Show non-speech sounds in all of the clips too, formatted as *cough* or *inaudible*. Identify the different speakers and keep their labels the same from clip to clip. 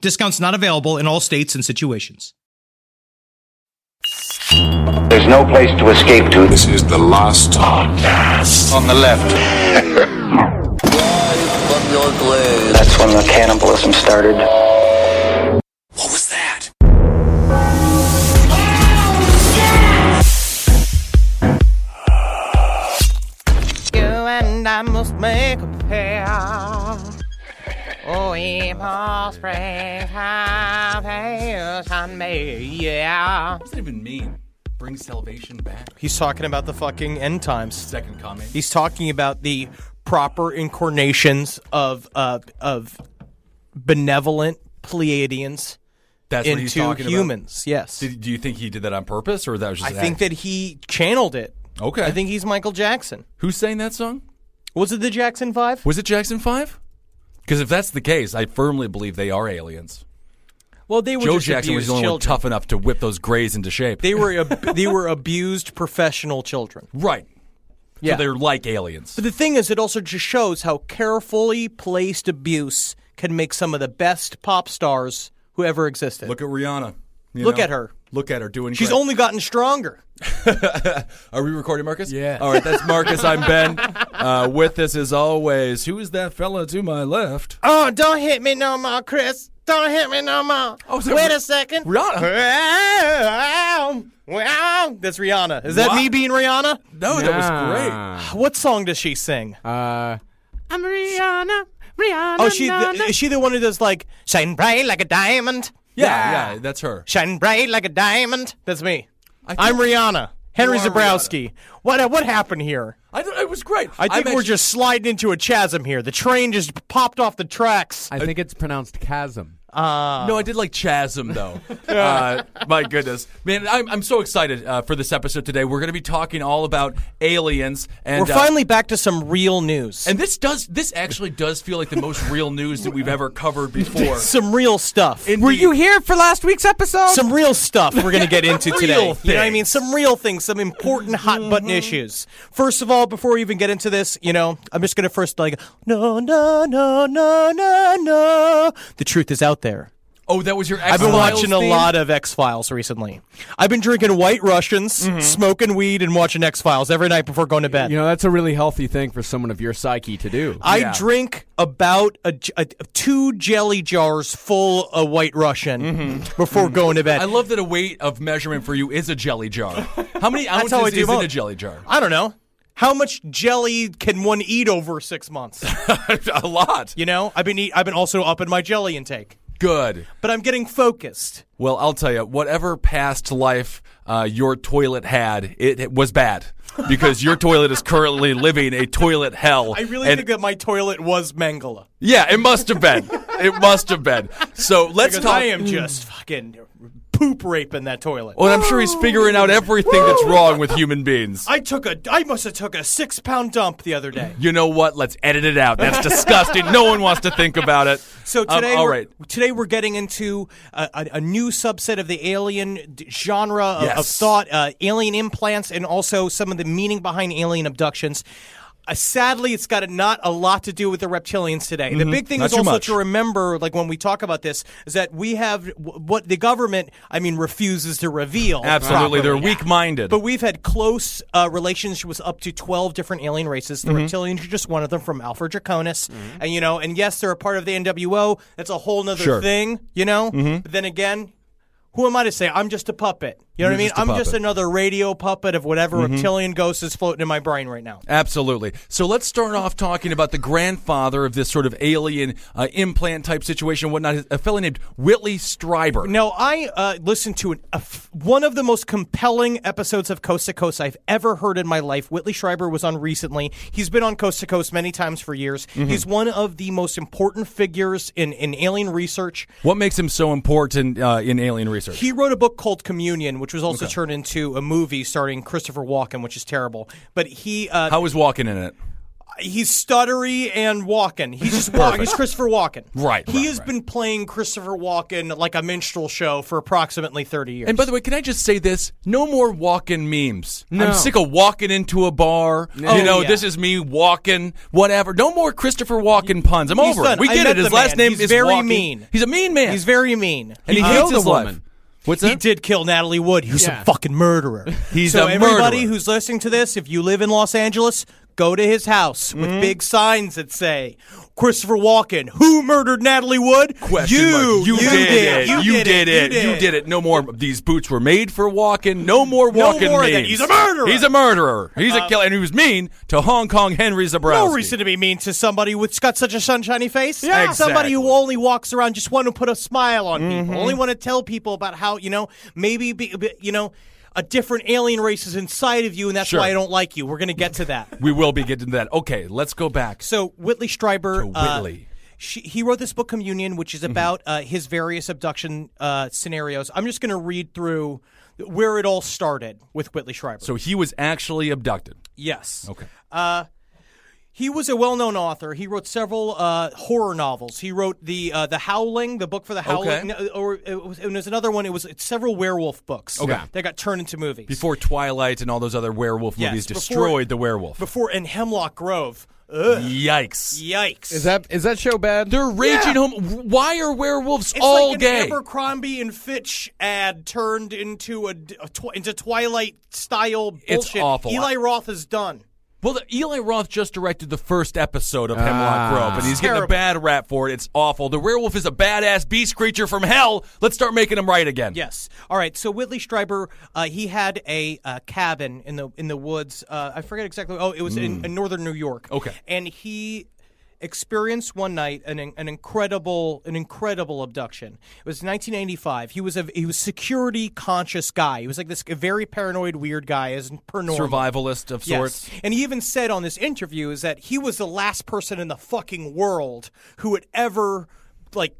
Speaker 1: Discounts not available in all states and situations.
Speaker 2: There's no place to escape to.
Speaker 3: This is the last podcast
Speaker 4: on the left.
Speaker 2: That's when the cannibalism started.
Speaker 3: What was that?
Speaker 5: You and I must make a pair. Oh, we must break our vows and make- yeah.
Speaker 4: What does it even mean? Bring salvation back.
Speaker 1: He's talking about the fucking end times.
Speaker 4: Second comment.
Speaker 1: He's talking about the proper incarnations of uh, of benevolent Pleiadians
Speaker 4: That's what he's
Speaker 1: into
Speaker 4: talking
Speaker 1: humans. Yes.
Speaker 4: About. Did- Do you think he did that on purpose, or that was just?
Speaker 1: I
Speaker 4: an
Speaker 1: think
Speaker 4: act?
Speaker 1: that he channeled it.
Speaker 4: Okay.
Speaker 1: I think he's Michael Jackson.
Speaker 4: Who sang that song?
Speaker 1: Was it the Jackson Five?
Speaker 4: Was it Jackson Five? Because if that's the case, I firmly believe they are aliens.
Speaker 1: Well, they were
Speaker 4: Joe
Speaker 1: just
Speaker 4: Jackson was
Speaker 1: abused
Speaker 4: the only one
Speaker 1: children.
Speaker 4: tough enough to whip those grays into shape.
Speaker 1: They were ab- they were abused professional children.
Speaker 4: right.
Speaker 1: Yeah.
Speaker 4: So they're like aliens.
Speaker 1: But the thing is, it also just shows how carefully placed abuse can make some of the best pop stars who ever existed.
Speaker 4: Look at Rihanna. you
Speaker 1: Look
Speaker 4: know?
Speaker 1: at her.
Speaker 4: Look at her doing.
Speaker 1: She's
Speaker 4: great.
Speaker 1: only gotten stronger.
Speaker 4: Are we recording, Marcus? Yeah. All right, that's Marcus. I'm
Speaker 1: *laughs*
Speaker 4: Ben. Uh, with us, as always, who is that fella to my left?
Speaker 1: Uh,
Speaker 5: Oh, don't hit me no more, Chris. Don't hit me no more.
Speaker 4: Oh, is that
Speaker 5: Wait
Speaker 4: Ri-
Speaker 5: a second.
Speaker 4: Rihanna.
Speaker 1: That's Rihanna. Is that
Speaker 4: Wha-
Speaker 1: me being Rihanna?
Speaker 4: No, that was great.
Speaker 1: What song does she sing?
Speaker 6: Uh,
Speaker 5: I'm Rihanna. Rihanna.
Speaker 1: oh, she
Speaker 5: na,
Speaker 1: the,
Speaker 5: na.
Speaker 1: is she the one who does like shine bright like a diamond,
Speaker 4: Yeah, yeah, that's her.
Speaker 1: shine bright like a diamond? That's me.
Speaker 4: I
Speaker 1: I'm
Speaker 4: think-
Speaker 1: Rihanna. Henry
Speaker 4: You are
Speaker 1: Zabrowski. What uh, what happened here?
Speaker 4: I don't, it was great.
Speaker 1: I think
Speaker 4: I'm
Speaker 1: we're
Speaker 4: actually-
Speaker 1: just sliding into a chasm here. The train just popped off the tracks.
Speaker 6: I think it's pronounced chasm.
Speaker 4: No, I did like Chasm though. uh, my goodness, man, I'm, I'm so excited uh, for this episode today. We're going to be talking all about aliens, and
Speaker 1: We're
Speaker 4: uh,
Speaker 1: finally back to some real news.
Speaker 4: and this does this actually does feel like the most real news that we've
Speaker 6: *laughs*
Speaker 4: ever covered before.
Speaker 1: some real stuff.
Speaker 4: In
Speaker 6: Were
Speaker 4: the-
Speaker 6: you here for last week's episode?
Speaker 1: some real stuff we're going to get *laughs* into
Speaker 4: Real
Speaker 1: today. Mm-hmm. You know what I
Speaker 4: things.
Speaker 1: mean? Some real things, some important hot button issues. First of all, before we even get into this, you know, I'm just going to first like, no, no, no, no, no, no. The truth is out there.
Speaker 4: Oh, that was your.
Speaker 1: I've been
Speaker 4: X-Files
Speaker 1: watching a
Speaker 4: theme?
Speaker 1: lot of X Files recently. I've been drinking White Russians, smoking weed, and watching X Files every night before going to bed.
Speaker 6: You know, that's a really healthy thing for someone of your psyche to do.
Speaker 1: I
Speaker 4: Yeah.
Speaker 1: drink about a, j- a- two jelly jars full of White Russian before going to bed.
Speaker 4: I love that a weight of measurement for you is a jelly jar. How
Speaker 1: *laughs*
Speaker 4: many
Speaker 1: That's
Speaker 4: ounces
Speaker 1: how I do
Speaker 4: is in
Speaker 1: both.
Speaker 4: a
Speaker 1: *laughs*
Speaker 4: jelly jar?
Speaker 1: I don't know. How much jelly can one eat over six
Speaker 4: *laughs*
Speaker 1: months?
Speaker 4: a lot.
Speaker 1: You know, I've been eat, I've been also upping my jelly intake,
Speaker 4: Good.
Speaker 1: but I'm getting focused.
Speaker 4: Well, I'll tell you, whatever past life uh, your toilet had, it, it was bad because your toilet is currently living a toilet hell.
Speaker 1: I really
Speaker 4: And-
Speaker 1: think that my toilet was Mangala.
Speaker 4: yeah, it must have been. It must have been.
Speaker 1: *laughs*
Speaker 4: So let's
Speaker 1: Because
Speaker 4: talk.
Speaker 1: I am just fucking poop raping that toilet.
Speaker 4: Well, Mm. Oh, I'm sure he's figuring out everything that's wrong with human beings.
Speaker 1: I took a I must have took a six pound dump the other day.
Speaker 4: You know what? Let's edit it out. That's disgusting. no one wants to think about it.
Speaker 1: So
Speaker 4: Um,
Speaker 1: today,
Speaker 4: all
Speaker 1: we're,
Speaker 4: right.
Speaker 1: today we're getting into a, a, a new subset of the alien d- genre of, of
Speaker 4: Yes.
Speaker 1: thought, uh, alien implants, and also some of the meaning behind alien abductions. Uh, sadly, it's got not a lot to do with the reptilians today. The big thing
Speaker 4: Mm-hmm. Not
Speaker 1: is
Speaker 4: too
Speaker 1: also
Speaker 4: much.
Speaker 1: to remember, like when we talk about this, is that we have w- what the government, I mean, refuses to reveal.
Speaker 4: Absolutely, they're
Speaker 1: properly.
Speaker 4: weak-minded.
Speaker 1: But we've had close uh, relationships with up to twelve different alien races. The
Speaker 4: Mm-hmm.
Speaker 1: reptilians are just one of them, from Alpha Draconis, and you know, and yes, they're a part of the NWO. That's a whole nother thing, you know.
Speaker 4: Mm-hmm.
Speaker 1: But then again, who am I to say? I'm just a puppet. You know what I mean?
Speaker 4: just a
Speaker 1: I'm just
Speaker 4: puppet. Mm-hmm.
Speaker 1: another radio puppet of whatever reptilian ghost is floating in my brain right now.
Speaker 4: Absolutely. So let's start off talking about the grandfather of this sort of alien uh, implant type situation, and whatnot. A fellow named Whitley Stryber.
Speaker 1: Now, I uh, listened to an, a f- one of the most compelling episodes of Coast to Coast I've ever heard in my life. Whitley Schreiber was on recently. He's been on Coast to Coast many times for years.
Speaker 4: Mm-hmm.
Speaker 1: He's one of the most important figures in, in alien research.
Speaker 4: What makes him so important uh, in alien research?
Speaker 1: He wrote a book called Communion, which was also turned into a movie starring Christopher Walken, which is terrible. But he uh,
Speaker 4: How is walking in it?
Speaker 1: he's stuttery and walking. He's
Speaker 4: *laughs*
Speaker 1: just walking. He's Christopher Walken.
Speaker 4: Right,
Speaker 1: He
Speaker 4: right,
Speaker 1: has
Speaker 4: right.
Speaker 1: been playing Christopher Walken like a minstrel show for approximately thirty years.
Speaker 4: And by the way, can I just say this? No more walking memes. I'm sick of walking into a bar. You know,
Speaker 1: Oh, yeah.
Speaker 4: this is me walking, whatever. No more Christopher Walken puns. I'm
Speaker 1: He's
Speaker 4: over
Speaker 1: done.
Speaker 4: it. We
Speaker 1: I
Speaker 4: get
Speaker 1: met
Speaker 4: it. His
Speaker 1: the
Speaker 4: last
Speaker 1: man.
Speaker 4: name
Speaker 1: He's
Speaker 4: is
Speaker 1: very
Speaker 4: Walken.
Speaker 1: mean.
Speaker 4: He's a mean man.
Speaker 1: He's very mean.
Speaker 4: and he
Speaker 1: Uh,
Speaker 4: hates
Speaker 7: the
Speaker 4: his
Speaker 7: woman.
Speaker 4: life. What's
Speaker 1: He did kill Natalie Wood. He's a fucking murderer.
Speaker 4: *laughs* He's
Speaker 1: so
Speaker 4: a
Speaker 1: everybody
Speaker 4: murderer.
Speaker 1: who's listening to this, if you live in Los Angeles, go to his house with
Speaker 4: Mm-hmm.
Speaker 1: big signs that say Christopher Walken, who murdered Natalie Wood?
Speaker 4: Question
Speaker 1: you,
Speaker 4: mark.
Speaker 1: you, did, it. You,
Speaker 4: You did it. You did it. No more. These boots were made for walking. No more walking
Speaker 1: more of that.
Speaker 4: memes.
Speaker 1: He's a murderer. Uh,
Speaker 4: He's a murderer. He's a killer. And he was mean to Hong Kong Henry Zabrowski.
Speaker 1: No reason to be mean to somebody who's got such a sunshiny face.
Speaker 4: Yeah.
Speaker 1: Somebody who
Speaker 4: Exactly. Mm-hmm.
Speaker 1: only walks around just want to put a smile on people, only want to tell people about how, you know, maybe, be, be- you know, a different alien race is inside of you, and that's
Speaker 4: Sure.
Speaker 1: why I don't like you. We're going to get to
Speaker 4: *laughs*
Speaker 1: that.
Speaker 4: We will be getting to that. Okay, let's go back.
Speaker 1: So Whitley Stryber,
Speaker 4: To
Speaker 1: uh,
Speaker 4: Whitley. Mm-hmm.
Speaker 1: she, he wrote this book Communion, which is about uh, his various abduction uh, scenarios. I'm just going to read through where it all started with Whitley Stryber.
Speaker 4: So he was actually abducted.
Speaker 1: yes, okay. Uh, he was a well-known author. He wrote several uh, horror novels. He wrote the uh, the Howling, the book for the Howling,
Speaker 4: Okay.
Speaker 1: n- or it was, and there's another one. It was it's several werewolf books.
Speaker 4: Okay.
Speaker 1: that got turned into movies
Speaker 4: Before Twilight and all those other werewolf
Speaker 1: Yes,
Speaker 4: movies
Speaker 1: before-
Speaker 4: destroyed the werewolf.
Speaker 1: before in Hemlock Grove. Ugh,
Speaker 4: Yikes.
Speaker 1: yikes!
Speaker 7: Is that is that show bad?
Speaker 4: They're raging home. Why are werewolves
Speaker 1: It's
Speaker 4: all
Speaker 1: like an
Speaker 4: gay?
Speaker 1: Abercrombie and Fitch ad turned into a, d- a tw- into Twilight style bullshit.
Speaker 4: It's awful.
Speaker 1: Eli Roth is done.
Speaker 4: Well, the, Eli Roth just directed the first episode of Hemlock Grove, and he's getting
Speaker 1: Terrible.
Speaker 4: a bad rap for it. It's awful. The werewolf is a badass beast creature from hell. Let's start making him right again.
Speaker 1: Yes. All right. So Whitley Stryber, uh, he had a uh, cabin in the in the woods. Uh, I forget exactly. Oh, it was in, in northern New York.
Speaker 4: Okay.
Speaker 1: And he experienced one night an, an incredible an incredible abduction. It was 1985. He was a he was security conscious guy. He was like this very paranoid weird guy as per normal.
Speaker 4: Survivalist of sorts.
Speaker 1: Yes. And he even said on this interview is that he was the last person in the fucking world who had ever like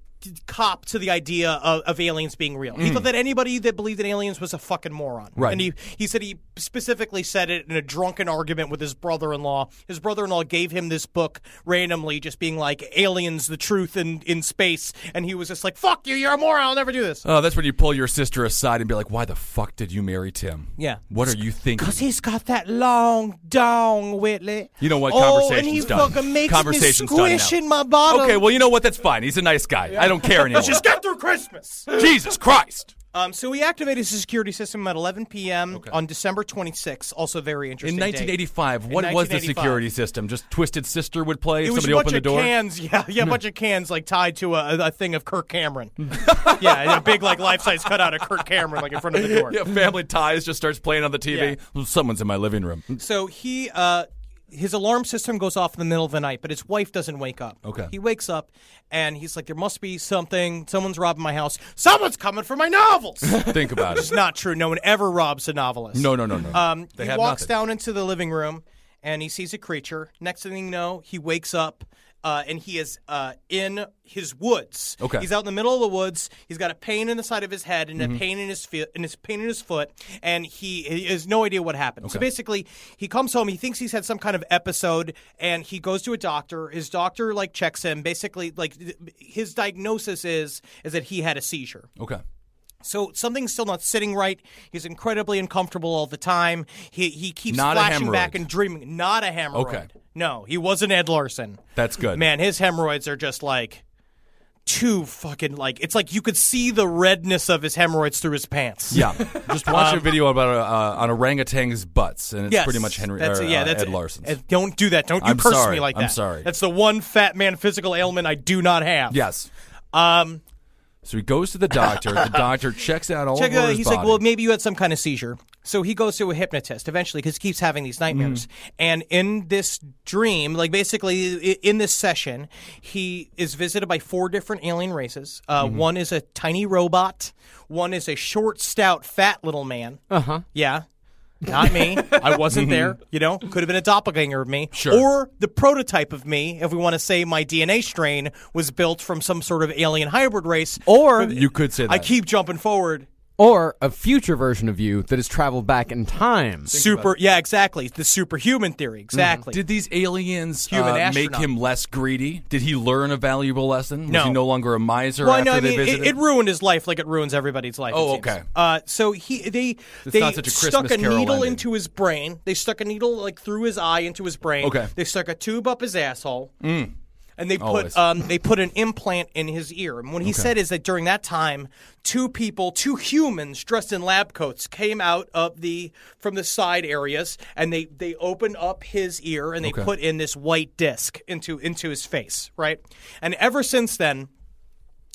Speaker 1: cop to the idea of, of aliens being real. He thought that anybody that believed in aliens was a fucking moron.
Speaker 4: Right.
Speaker 1: And he he said he specifically said it in a drunken argument with his brother-in-law. His brother-in-law gave him this book randomly just being like aliens the truth in in space and he was just like fuck you you're a moron I'll never do this.
Speaker 4: Oh, that's when you pull your sister aside and be like, "Why the fuck did you marry Tim?
Speaker 1: Yeah.
Speaker 4: what are you thinking?"
Speaker 1: Cause he's got that long dong, Whitley.
Speaker 4: You know what?
Speaker 1: Oh,
Speaker 4: Conversation's
Speaker 1: and he
Speaker 4: done.
Speaker 1: fucking makes
Speaker 4: Conversation's
Speaker 1: me
Speaker 4: done now.
Speaker 1: squish in my bottom.
Speaker 4: Okay, well, you know what? That's fine. He's a nice guy. I
Speaker 1: *laughs*
Speaker 4: don't care anymore.
Speaker 1: just got through Christmas.
Speaker 4: *laughs* Jesus Christ!
Speaker 1: Um, so he activated his security system at 11 p.m. on December 26th. Also very
Speaker 4: In
Speaker 1: interesting. date.
Speaker 4: 1985,
Speaker 1: In
Speaker 4: what was the
Speaker 1: 1985.
Speaker 4: security system? Just Twisted Sister would play.
Speaker 1: It was
Speaker 4: Somebody
Speaker 1: a bunch
Speaker 4: opened the
Speaker 1: of
Speaker 4: door.
Speaker 1: cans, yeah, yeah, a bunch of cans like tied to a, a thing of Kirk Cameron,
Speaker 4: *laughs*
Speaker 1: yeah, and a *laughs* big like life size cutout of Kirk Cameron like in front of the door.
Speaker 4: Yeah, Family Ties just starts playing on the TV. Someone's in my living room.
Speaker 1: *laughs* So he, uh, his alarm system goes off in the middle of the night, but his wife doesn't wake up.
Speaker 4: Okay.
Speaker 1: He wakes up and he's like, "There must be something. Someone's robbing my house. Someone's coming for my
Speaker 4: *laughs*
Speaker 1: novels."
Speaker 4: Think about
Speaker 1: *laughs* it's
Speaker 4: it.
Speaker 1: not true. No one ever robs a novelist.
Speaker 4: No, no, no, no.
Speaker 1: Um,
Speaker 4: They
Speaker 1: he
Speaker 4: have
Speaker 1: walks
Speaker 4: nothing.
Speaker 1: down into the living room and he sees a creature. Next thing you know, he wakes up. Uh, and he is uh, in his woods.
Speaker 4: Okay. Mm-hmm.
Speaker 1: he's out in the middle of the woods. He's got a pain in the side of his head and a pain in his foot, and his pain in his foot, and he, he has no idea what happened. So basically, he comes home. He thinks he's had some kind of episode, and he goes to a doctor. His doctor like checks him. Basically, like th- his diagnosis is is that he had a seizure.
Speaker 4: Okay.
Speaker 1: So something's still not sitting right. He's incredibly uncomfortable all the time. He he keeps
Speaker 4: Not a
Speaker 1: flashing back
Speaker 4: hemorrhoid.
Speaker 1: and dreaming. Not a hemorrhoid.
Speaker 4: Okay.
Speaker 1: No, he wasn't Ed Larson.
Speaker 4: That's good.
Speaker 1: Man, his hemorrhoids are just like too fucking like it's like you could see the redness of his hemorrhoids through his pants.
Speaker 4: Yeah, *laughs* just watch a video about uh, on orangutan's butts, and it's
Speaker 1: Um, Yes,
Speaker 4: pretty much Henry
Speaker 1: That's,
Speaker 4: or,
Speaker 1: yeah,
Speaker 4: uh,
Speaker 1: that's
Speaker 4: Ed Larson's.
Speaker 1: uh, Don't do that. Don't you
Speaker 4: I'm
Speaker 1: curse
Speaker 4: sorry.
Speaker 1: me like that.
Speaker 4: I'm sorry.
Speaker 1: That's the one fat man physical ailment I do not have.
Speaker 4: yes.
Speaker 1: Um.
Speaker 4: So he goes to the
Speaker 1: *laughs*
Speaker 4: doctor. the doctor checks out all
Speaker 1: Check
Speaker 4: over
Speaker 1: out.
Speaker 4: his
Speaker 1: He's like,
Speaker 4: body.
Speaker 1: well, maybe you had some kind of seizure. So he goes to a hypnotist eventually because he keeps having these
Speaker 4: Mm.
Speaker 1: nightmares. And in this dream, like basically i- in this session, he is visited by four different alien races. Uh,
Speaker 4: Mm-hmm.
Speaker 1: One is a tiny robot. One is a short, stout, fat little man. Uh
Speaker 4: Uh-huh.
Speaker 1: huh. Yeah. Not me. I
Speaker 4: *laughs* Mm-hmm.
Speaker 1: wasn't there. You know, could have been a doppelganger of me. Sure. Or the prototype of me, if we want to say my DNA strain was built from some sort of alien hybrid race.
Speaker 7: Or-
Speaker 4: you could say that.
Speaker 1: I keep jumping forward.
Speaker 7: Or a future version of you that has traveled back in time.
Speaker 1: super yeah exactly the superhuman theory exactly
Speaker 4: Did these aliens
Speaker 1: Human
Speaker 4: uh, make
Speaker 1: astronaut.
Speaker 4: him less greedy? Did he learn a valuable lesson? Was
Speaker 1: No.
Speaker 4: he no longer a miser
Speaker 1: well,
Speaker 4: after
Speaker 1: no, I
Speaker 4: they
Speaker 1: mean,
Speaker 4: visited?
Speaker 1: it, it ruined his life, like it ruins everybody's life. it
Speaker 4: Oh,
Speaker 1: seems.
Speaker 4: okay.
Speaker 1: Uh, so he they they
Speaker 4: not such a
Speaker 1: stuck
Speaker 4: Christmas
Speaker 1: a
Speaker 4: Carol
Speaker 1: needle
Speaker 4: ending.
Speaker 1: into his brain. They stuck a needle like through his eye into his brain.
Speaker 4: Okay. Mm.
Speaker 1: They stuck a tube up his asshole. And they
Speaker 4: Always.
Speaker 1: put um, they put an implant in his ear. And what he said is that during that time, two people, two humans dressed in lab coats, came out of the from the side areas, and they they opened up his ear and they put in this white disc into into his face, right? And ever since then,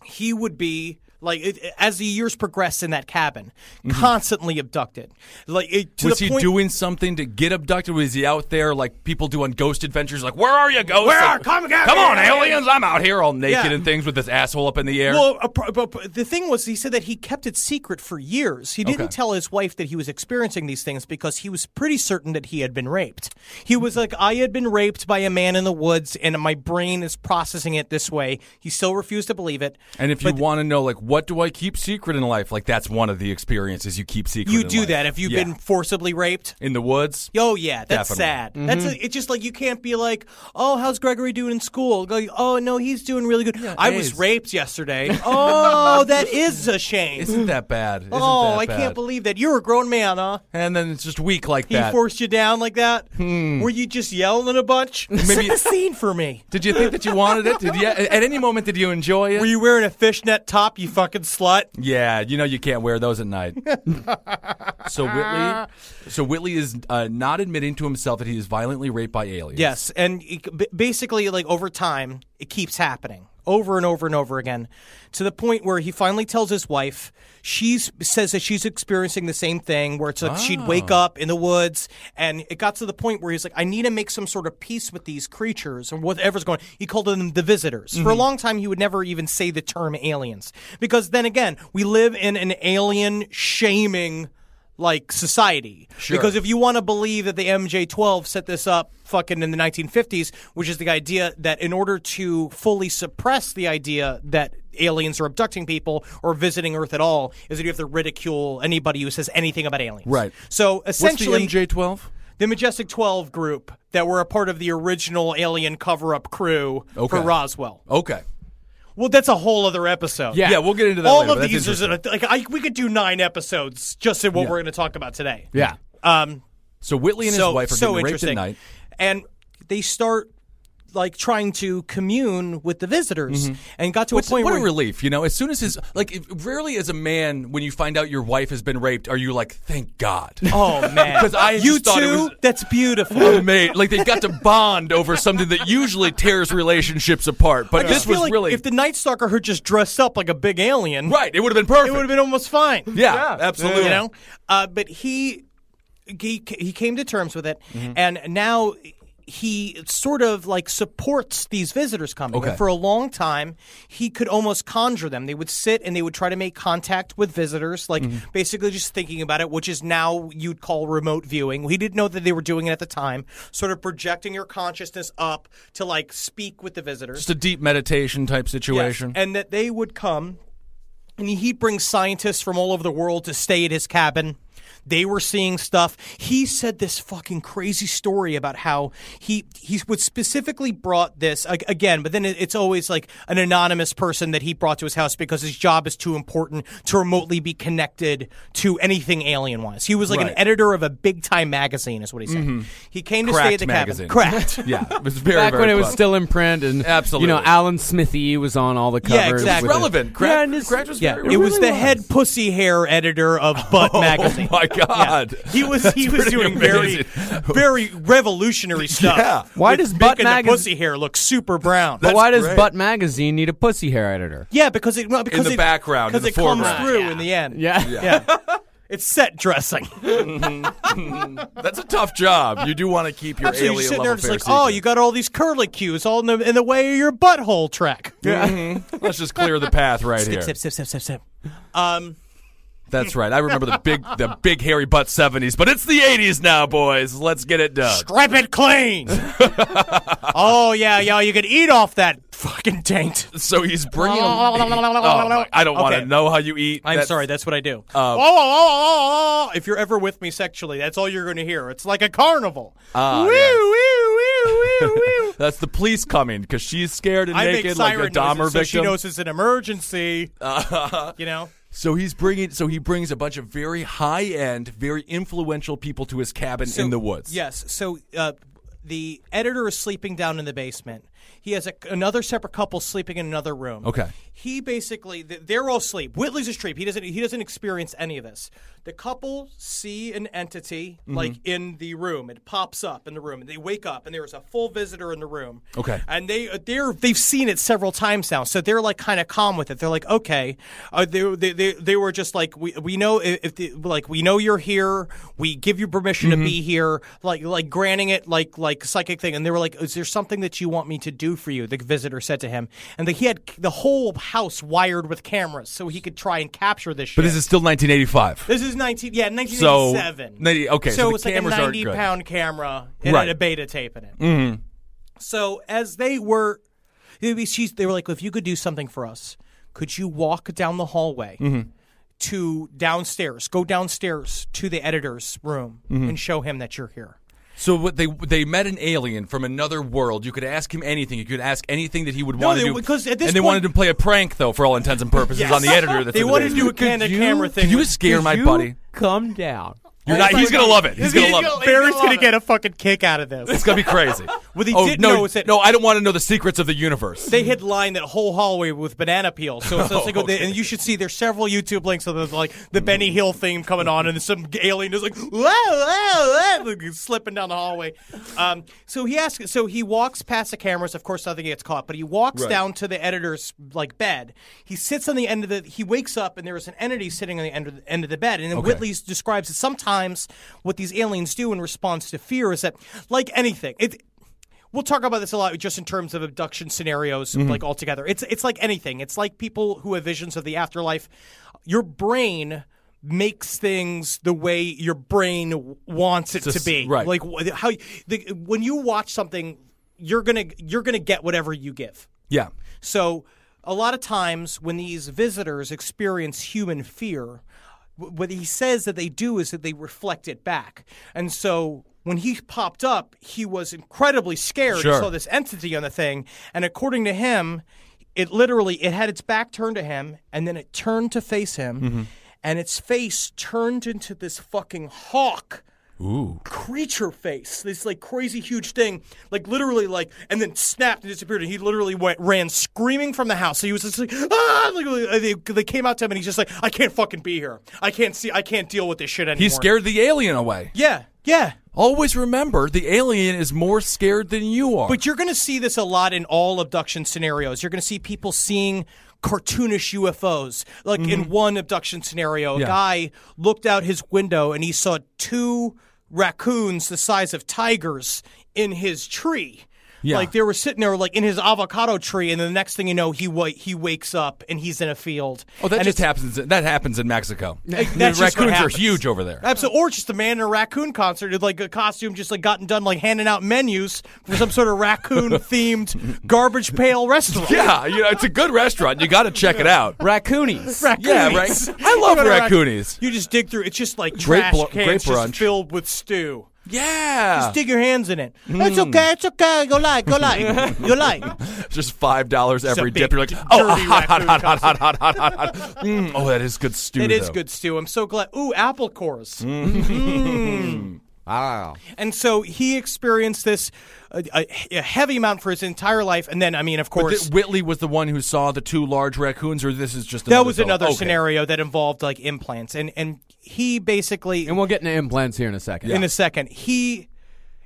Speaker 1: he would be like it, as the years progressed in that cabin, constantly abducted. Like it, to
Speaker 4: Mm-hmm. was
Speaker 1: the
Speaker 4: he
Speaker 1: point,
Speaker 4: doing something to get abducted? Was he out there like people do on Ghost Adventures? Like, where are you, ghosts?
Speaker 1: Where
Speaker 4: Like,
Speaker 1: are- come get
Speaker 4: come
Speaker 1: me,
Speaker 4: on,
Speaker 1: aliens!"
Speaker 4: aliens! I'm out here all naked
Speaker 1: Yeah.
Speaker 4: and things with this asshole up in the air.
Speaker 1: Well, a pro- but- but the thing was, he said that he kept it secret for years. He didn't
Speaker 4: Okay.
Speaker 1: tell his wife that he was experiencing these things because he was pretty certain that he had been raped. He was
Speaker 4: Mm-hmm.
Speaker 1: like, I had been raped by a man in the woods, and my brain is processing it this way. He still refused to believe it.
Speaker 4: and if you want to know, like, what do I keep secret in life? Like, that's one of the experiences you keep secret.
Speaker 1: you
Speaker 4: in
Speaker 1: do
Speaker 4: life.
Speaker 1: that if you've
Speaker 4: Yeah.
Speaker 1: been forcibly raped.
Speaker 4: in the woods.
Speaker 1: Oh yeah, that's
Speaker 4: Definitely.
Speaker 1: sad.
Speaker 4: Mm-hmm.
Speaker 1: That's a, it's just like you can't be like, oh, how's Gregory doing in school? Like, oh no, he's doing really good. I was
Speaker 4: A's.
Speaker 1: raped
Speaker 4: *laughs*
Speaker 1: yesterday. oh, that is a shame.
Speaker 4: Isn't that bad? Isn't
Speaker 1: oh,
Speaker 4: that
Speaker 1: I
Speaker 4: bad?
Speaker 1: can't believe that you're a grown man, huh?
Speaker 4: And then it's just weak like
Speaker 1: He
Speaker 4: that. Hmm.
Speaker 1: forced you down like that. Were you just yelling a bunch? Maybe a scene for me.
Speaker 4: did you think that you wanted it? Did you, at any moment did you enjoy it?
Speaker 1: Were you wearing a fishnet top, you fucking slut?
Speaker 4: Yeah, you know you can't wear those
Speaker 1: *laughs*
Speaker 4: at night. so Whitley, so Whitley is uh, not admitting to himself that he is violently raped by aliens.
Speaker 1: Yes, and it- b- basically, like over time, it keeps happening over and over and over again, to the point where he finally tells his wife. She says that she's experiencing the same thing, where it's like she'd wake up in the woods, and it got to the point where he's like, "I need to make some sort of peace with these creatures or whatever's going." He called them the visitors. For a long time, he would never even say the term aliens because then again, we live in an alien shaming like society. Because if you want to believe that the MJ12 set this up fucking in the 1950s, which is the idea that in order to fully suppress the idea that aliens are abducting people or visiting Earth at all, is that you have to ridicule anybody who says anything about aliens.
Speaker 4: Right.
Speaker 1: So
Speaker 4: What's
Speaker 1: essentially,
Speaker 4: the MJ12?
Speaker 1: the Majestic 12 group that were a part of the original alien cover up crew
Speaker 4: Okay.
Speaker 1: for Roswell.
Speaker 4: Okay.
Speaker 1: Well, that's a whole other episode.
Speaker 4: Yeah. Yeah, we'll get into that
Speaker 1: All
Speaker 4: later,
Speaker 1: of
Speaker 4: but that's
Speaker 1: these are like I, we could do nine episodes just in what we're going to talk about today.
Speaker 4: Yeah.
Speaker 1: Um,
Speaker 4: So Whitley and his wife are getting raped at night.
Speaker 1: And they start like trying to commune with the visitors and got to
Speaker 4: Mm-hmm. What's-
Speaker 1: a point
Speaker 4: what
Speaker 1: where
Speaker 4: a relief, you know. As soon as his like, if- rarely as a man, when you find out your wife has been raped, are you like, thank God?
Speaker 1: *laughs* *laughs*
Speaker 4: *laughs*
Speaker 1: Oh man!
Speaker 4: Because I
Speaker 1: you
Speaker 4: just thought it
Speaker 1: too.
Speaker 4: was-
Speaker 1: That's beautiful.
Speaker 4: *laughs* Mate, like they got to bond over something that usually tears relationships apart, but
Speaker 1: I
Speaker 4: this
Speaker 1: just
Speaker 4: was
Speaker 1: feel like
Speaker 4: really
Speaker 1: if the Night Stalker had just dressed up like a big alien,
Speaker 4: right. It would have been perfect.
Speaker 1: it would have been almost fine.
Speaker 4: Yeah, absolutely.
Speaker 1: You know, uh, but he he he came to terms with it,
Speaker 4: Mm-hmm.
Speaker 1: and now he sort of like supports these visitors coming.
Speaker 4: Okay.
Speaker 1: For a long time, he could almost conjure them. They would sit and they would try to make contact with visitors, like
Speaker 4: Mm-hmm.
Speaker 1: basically just thinking about it, which is now you'd call remote viewing. He didn't know that they were doing it at the time, sort of projecting your consciousness up to like speak with the visitors.
Speaker 4: Just a deep meditation type situation.
Speaker 1: Yes, and that they would come, and he'd bring scientists from all over the world to stay at his cabin. They were seeing stuff. He said this fucking crazy story about how he he would specifically brought this ag- again, but then it- it's always like an anonymous person that he brought to his house because his job is too important to remotely be connected to anything alien wise. He was like an editor of a big time magazine, is what he said. He came to stay
Speaker 4: Mm-hmm. Cracked
Speaker 1: at the
Speaker 4: magazine.
Speaker 1: cabin.
Speaker 4: *laughs*
Speaker 1: Cracked.
Speaker 4: Yeah, it was very
Speaker 7: Back
Speaker 4: very
Speaker 7: when it was
Speaker 4: close.
Speaker 7: still in print, and
Speaker 4: Absolutely.
Speaker 7: you know, Alan Smithy was on all the covers.
Speaker 1: Yeah, exactly.
Speaker 7: with the-
Speaker 4: relevant.
Speaker 7: Yeah,
Speaker 4: Crack,
Speaker 7: and it's-
Speaker 4: Crack was
Speaker 1: Yeah,
Speaker 4: very
Speaker 1: it was the
Speaker 4: relevant.
Speaker 1: head pussy hair editor
Speaker 4: *laughs*
Speaker 1: of Butt Magazine.
Speaker 4: my God.
Speaker 1: Yeah. he was he was
Speaker 4: pretty
Speaker 1: doing
Speaker 4: amazing.
Speaker 1: very very
Speaker 4: *laughs*
Speaker 1: revolutionary stuff.
Speaker 4: Yeah.
Speaker 7: Why
Speaker 1: with
Speaker 7: does Butt
Speaker 1: making
Speaker 7: Magaz-
Speaker 1: the pussy hair look super brown?
Speaker 7: But why does
Speaker 4: great.
Speaker 7: Butt Magazine need a pussy hair editor?
Speaker 1: yeah, because it well, because
Speaker 4: the
Speaker 1: it,
Speaker 4: background, in
Speaker 1: because
Speaker 4: the
Speaker 1: it comes
Speaker 4: foreground.
Speaker 1: through in the end.
Speaker 7: Yeah.
Speaker 1: yeah. *laughs* It's set
Speaker 4: *laughs*
Speaker 1: dressing.
Speaker 4: That's a tough job. You do want to keep your
Speaker 1: so you're
Speaker 4: alien
Speaker 1: sitting there
Speaker 4: level
Speaker 1: just
Speaker 4: fair
Speaker 1: like,
Speaker 4: secret.
Speaker 1: oh, you got all these curlicues all in the, in the way of your butthole track.
Speaker 4: *laughs* Let's just clear the path right here.
Speaker 1: Sip, sip, sip, sip, sip. Um,
Speaker 4: That's right. I remember the big, the big hairy butt seventies, but it's the eighties now, boys. Let's get it done.
Speaker 1: Strip it
Speaker 4: *laughs*
Speaker 1: clean. oh yeah, yeah. You could eat off that fucking taint.
Speaker 4: So he's
Speaker 1: *laughs*
Speaker 4: bringing. Oh, my- I don't want to
Speaker 1: Okay.
Speaker 4: know how you eat.
Speaker 1: I'm
Speaker 4: That's- uh,
Speaker 1: sorry, that's what I do. oh, oh, oh, oh, oh. If you're ever with me sexually, that's all you're going to hear. It's like a carnival.
Speaker 4: Ah,
Speaker 1: woo,
Speaker 4: yeah.
Speaker 1: woo, woo, woo, woo.
Speaker 4: That's the police coming because she's scared and
Speaker 1: I make
Speaker 4: *laughs* naked like
Speaker 1: siren
Speaker 4: a Dahmer
Speaker 1: noises,
Speaker 4: victim. Uh,
Speaker 1: so she knows it's an
Speaker 4: *laughs*
Speaker 1: emergency. you know.
Speaker 4: So he's bringing. So he brings a bunch of very high end, very influential people to his cabin in the woods.
Speaker 1: Yes. So uh, the editor is sleeping down in the basement. He has a, another separate couple sleeping in another room.
Speaker 4: Okay.
Speaker 1: He basically th- they're all asleep. Whitley's asleep. He doesn't he doesn't experience any of this. The couple see an entity
Speaker 4: Mm-hmm.
Speaker 1: like in the room. It pops up in the room. They wake up and there is a full visitor in the room.
Speaker 4: Okay.
Speaker 1: And they they're they've seen it several times now, so they're like kind of calm with it. They're like, okay, uh, they, they they they were just like we we know if if the, like we know you're here, we give you permission
Speaker 4: Mm-hmm.
Speaker 1: to be here, like like granting it like like psychic thing. And they were like, is there something that you want me to do for you? The visitor said to him, and that he had the whole house wired with cameras so he could try and capture this.
Speaker 4: But
Speaker 1: shit.
Speaker 4: this is still 1985.
Speaker 1: This is nineteen, yeah, nineteen
Speaker 4: So,
Speaker 1: eighty-seven.
Speaker 4: 90 okay, so the
Speaker 1: it's like a
Speaker 4: cameras aren't good.
Speaker 1: ninety-pound camera and
Speaker 4: Right. Mm-hmm.
Speaker 1: had a beta tape in it. So as they were, they were- she's- they were like, "If you could do something for us, could you walk down the hallway
Speaker 4: Mm-hmm.
Speaker 1: to downstairs? Go downstairs to the editor's room
Speaker 4: Mm-hmm.
Speaker 1: and show him that you're here."
Speaker 4: So what they they met an alien from another world. You could ask him anything. You could ask anything that he would want
Speaker 1: they-
Speaker 4: to do.
Speaker 1: because at this
Speaker 4: and they
Speaker 1: point-
Speaker 4: wanted to play a prank, though, for all intents and purposes, on the editor. That's
Speaker 1: They
Speaker 4: in the
Speaker 1: wanted to do a
Speaker 4: basement.
Speaker 1: can of camera thing.
Speaker 4: Could you
Speaker 1: with-
Speaker 4: scare my
Speaker 7: you
Speaker 4: buddy?
Speaker 7: Come down.
Speaker 4: You're not, he's gonna love it. He's gonna love it.
Speaker 1: Barry's gonna get a fucking kick out of this.
Speaker 4: It's gonna
Speaker 1: *laughs*
Speaker 4: be crazy.
Speaker 1: What they
Speaker 4: oh,
Speaker 1: didn't
Speaker 4: no,
Speaker 1: know is that-
Speaker 4: no, I don't want to know the secrets of the universe.
Speaker 1: they had lined that whole hallway with banana peels. So it's just like,
Speaker 4: okay.
Speaker 1: and you should see there's several YouTube links of the, like the Benny Hill theme coming on, and some alien is like, whoa, whoa, whoa, like, slipping down the hallway. Um, so he asks, so he walks past the cameras. Of course, nothing gets caught, but he walks down to the editor's like bed. He sits on the end of the. He wakes up, and there is an entity sitting on the end of the, end of the bed. And then Whitley describes that sometimes what these aliens do in response to fear is that, like anything, it we'll talk about this a lot just in terms of abduction scenarios like altogether it's it's like anything it's like people who have visions of the afterlife your brain makes things the way your brain w- wants it to be
Speaker 4: right.
Speaker 1: like wh- how you- the, when you watch something you're going to you're going to get whatever you give
Speaker 4: yeah.
Speaker 1: so, a lot of times when these visitors experience human fear, wh- what he says that they do is that they reflect it back. And so, when he popped up, he was incredibly scared.
Speaker 4: Sure.
Speaker 1: He saw this entity on the thing, and according to him, it literally it had its back turned to him, and then it turned to face him, and its face turned into this fucking hawk creature face, this like crazy huge thing, like literally like, and then snapped and disappeared. And he literally went ran screaming from the house. So he was just like, ah! Like, like, they, they came out to him, and he's just like, I can't fucking be here. I can't see. I can't deal with this shit anymore.
Speaker 4: He scared the alien away.
Speaker 1: Yeah, yeah.
Speaker 4: Always remember, the alien is more scared than you are.
Speaker 1: But you're going to see this a lot in all abduction scenarios. You're going to see people seeing cartoonish UFOs. Like in one abduction scenario, a
Speaker 4: Mm-hmm. Yeah.
Speaker 1: guy looked out his window and he saw two raccoons the size of tigers in his tree.
Speaker 4: Yeah.
Speaker 1: Like they were sitting there, like in his avocado tree, and the next thing you know, he wa- he wakes up and he's in a field.
Speaker 4: Oh, that
Speaker 1: and
Speaker 4: just
Speaker 1: it's-
Speaker 4: happens. That happens in Mexico.
Speaker 1: that's
Speaker 4: the
Speaker 1: just what
Speaker 4: raccoons are
Speaker 1: happens.
Speaker 4: huge over there.
Speaker 1: Absolutely, or just a man in a raccoon concert had like a costume just like gotten done like handing out menus for some sort of raccoon themed
Speaker 4: *laughs*
Speaker 1: garbage pail restaurant.
Speaker 4: Yeah, you know, it's a good restaurant. You got to check it
Speaker 1: *laughs*
Speaker 4: out.
Speaker 7: Raccoonies.
Speaker 4: Yeah, right. I love
Speaker 1: You go to rac-
Speaker 4: raccoonies.
Speaker 1: You just dig through. It's just like
Speaker 4: Great
Speaker 1: trash
Speaker 4: bl-
Speaker 1: cans
Speaker 4: great
Speaker 1: just
Speaker 4: brunch. Ah.
Speaker 1: filled with stew.
Speaker 4: Yeah,
Speaker 1: Just dig your hands in it.
Speaker 4: Mm.
Speaker 1: It's okay. It's okay. You like. You like. You
Speaker 4: *laughs*
Speaker 1: like.
Speaker 4: just five dollars every
Speaker 1: big,
Speaker 4: dip. You're like,
Speaker 1: dirty
Speaker 4: oh, *laughs* hot, hot,
Speaker 1: raccoon
Speaker 4: hot, hot, hot, hot, hot, hot, hot.
Speaker 1: *laughs*
Speaker 4: Mm, oh, that is good stew.
Speaker 1: It is
Speaker 4: though.
Speaker 1: good stew. I'm so glad. Ooh, apple cores.
Speaker 4: Mm. Ah.
Speaker 7: Wow.
Speaker 1: And so he experienced this uh, a, a heavy amount for his entire life. And then, I mean, of
Speaker 4: But
Speaker 1: course,
Speaker 4: thi- Whitley was the one who saw the two large raccoons, or this is just
Speaker 1: that was another
Speaker 4: fellow? Okay.
Speaker 1: scenario that involved like implants. And and he basically
Speaker 7: And we'll get into implants here in a second.
Speaker 1: in a second. He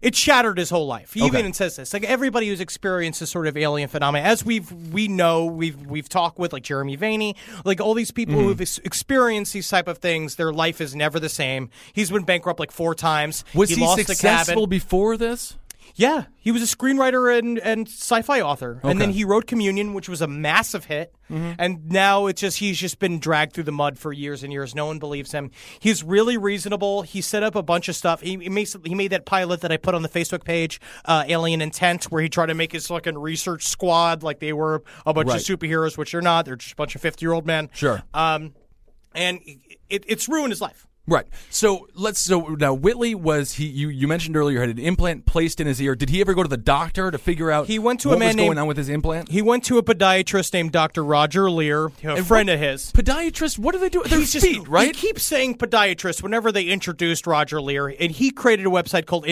Speaker 1: it shattered his whole life. He even says this. Like everybody who's experienced this sort of alien phenomena, as we've we know, we've we've talked with like Jeremy Vaney, like all these people
Speaker 4: Mm-hmm.
Speaker 1: who've ex- experienced these type of things, their life is never the same. He's been bankrupt like four times.
Speaker 4: Was he,
Speaker 1: lost the
Speaker 4: successful
Speaker 1: cabin.
Speaker 4: before this?
Speaker 1: Yeah, he was a screenwriter and, and sci-fi author, and then he wrote Communion, which was a massive hit.
Speaker 4: Mm-hmm.
Speaker 1: And now it's just he's just been dragged through the mud for years and years. No one believes him. He's really reasonable. He set up a bunch of stuff. He, he made some- he made that pilot that I put on the Facebook page, uh, Alien Intent, where he tried to make his fucking research squad like they were a bunch
Speaker 4: Right.
Speaker 1: of superheroes, which they're not. They're just a bunch of fifty-year-old men.
Speaker 4: Sure.
Speaker 1: Um, and it, it's ruined his life.
Speaker 4: Right. So let's. So now Whitley was he? You, you mentioned earlier had an implant placed in his ear. Did he ever go to the doctor to figure out
Speaker 1: He went to a
Speaker 4: what
Speaker 1: man
Speaker 4: was
Speaker 1: named-
Speaker 4: going on with his implant?
Speaker 1: He went to a podiatrist named Dr. Roger Lear, a friend of his.
Speaker 4: Podiatrist. What do they do? Their
Speaker 1: He's just-
Speaker 4: feet, right?
Speaker 1: They keep saying podiatrist whenever they introduced Roger Lear, and he created a website called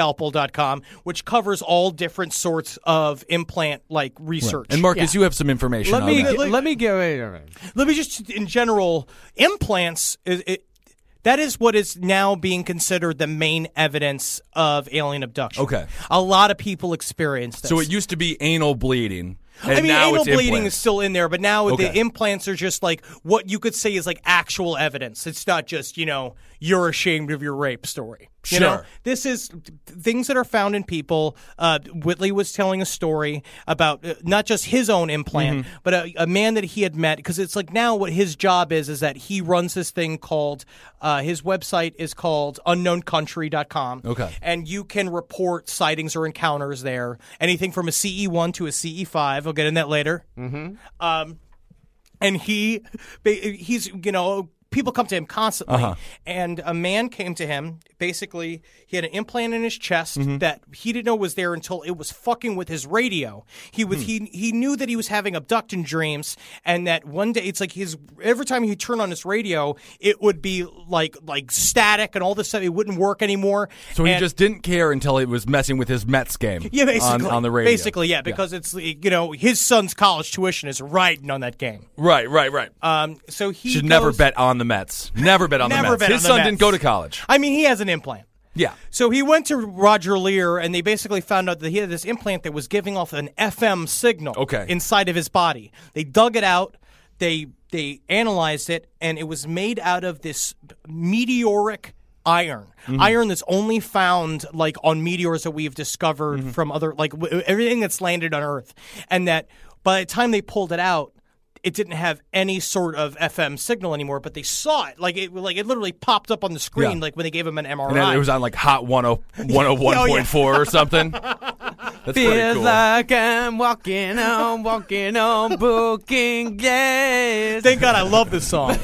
Speaker 1: alienscalpel.com, which covers all different sorts of implant like research.
Speaker 4: and Marcus, you have some information.
Speaker 1: Let
Speaker 4: on
Speaker 1: me-
Speaker 4: that.
Speaker 1: like-
Speaker 7: Let me get. Wait, wait, wait.
Speaker 1: let me just in general implants is it that is what is now being considered the main evidence of alien abduction.
Speaker 4: Okay.
Speaker 1: A lot of people experience this.
Speaker 4: So it used to be anal bleeding. And
Speaker 1: I mean,
Speaker 4: now
Speaker 1: anal
Speaker 4: it's
Speaker 1: bleeding
Speaker 4: implants.
Speaker 1: is still in there, but now
Speaker 4: Okay.
Speaker 1: the implants are just like what you could say is like actual evidence. It's not just you know you're ashamed of your rape story. You know,
Speaker 4: Sure.
Speaker 1: this is th- things that are found in people. Uh, Whitley was telling a story about uh, not just his own implant,
Speaker 4: Mm-hmm.
Speaker 1: but a, a man that he had met. Because it's like now what his job is is that he runs this thing called uh, his website is called unknowncountry.com.
Speaker 4: Okay.
Speaker 1: And you can report sightings or encounters there. Anything from a CE1 to a CE5. I'll get in that later. Mm-hmm. Um, and he, ba- he's, you know, people come to him constantly.
Speaker 4: Uh-huh.
Speaker 1: And a man came to him. Basically, he had an implant in his chest
Speaker 4: Mm-hmm.
Speaker 1: that he didn't know was there until it was fucking with his radio. He
Speaker 4: Hmm.
Speaker 1: was he he knew that he was having abduction dreams, and that one day it's like his every time he turned on his radio, it would be like like static and all this stuff. It wouldn't work anymore.
Speaker 4: So he
Speaker 1: And-
Speaker 4: just didn't care until it was messing with his Mets game.
Speaker 1: yeah,
Speaker 4: on,
Speaker 1: basically
Speaker 4: on the radio.
Speaker 1: Basically, yeah, because it's you know his son's college tuition is riding on that game.
Speaker 4: Right, right, right.
Speaker 1: Um, so he
Speaker 4: Should never
Speaker 1: goes-
Speaker 4: bet on the Mets. Never bet on the
Speaker 1: Never
Speaker 4: Mets.
Speaker 1: bet
Speaker 4: his
Speaker 1: on the
Speaker 4: son
Speaker 1: Mets.
Speaker 4: didn't go to college.
Speaker 1: I mean, he has an implant.
Speaker 4: Yeah.
Speaker 1: So he went to Roger Lear, and they basically found out that he had this implant that was giving off an FM signal
Speaker 4: Okay.
Speaker 1: inside of his body. They dug it out, they they analyzed it, and it was made out of this meteoric iron,
Speaker 4: Mm-hmm.
Speaker 1: iron that's only found like on meteors that we've discovered
Speaker 4: Mm-hmm.
Speaker 1: from other like w- everything that's landed on Earth, and that by the time they pulled it out. It didn't have any sort of FM signal anymore, but they saw it. Like it, like it literally popped up on the screen,
Speaker 4: Yeah.
Speaker 1: like when they gave him an MRI.
Speaker 4: And then it was on like Hot oh,
Speaker 1: *laughs*
Speaker 4: 10 101.4 or something. That's pretty
Speaker 7: Feels
Speaker 4: cool.
Speaker 7: like I'm walking on, walking on, booking glass.
Speaker 1: Thank God I love this song.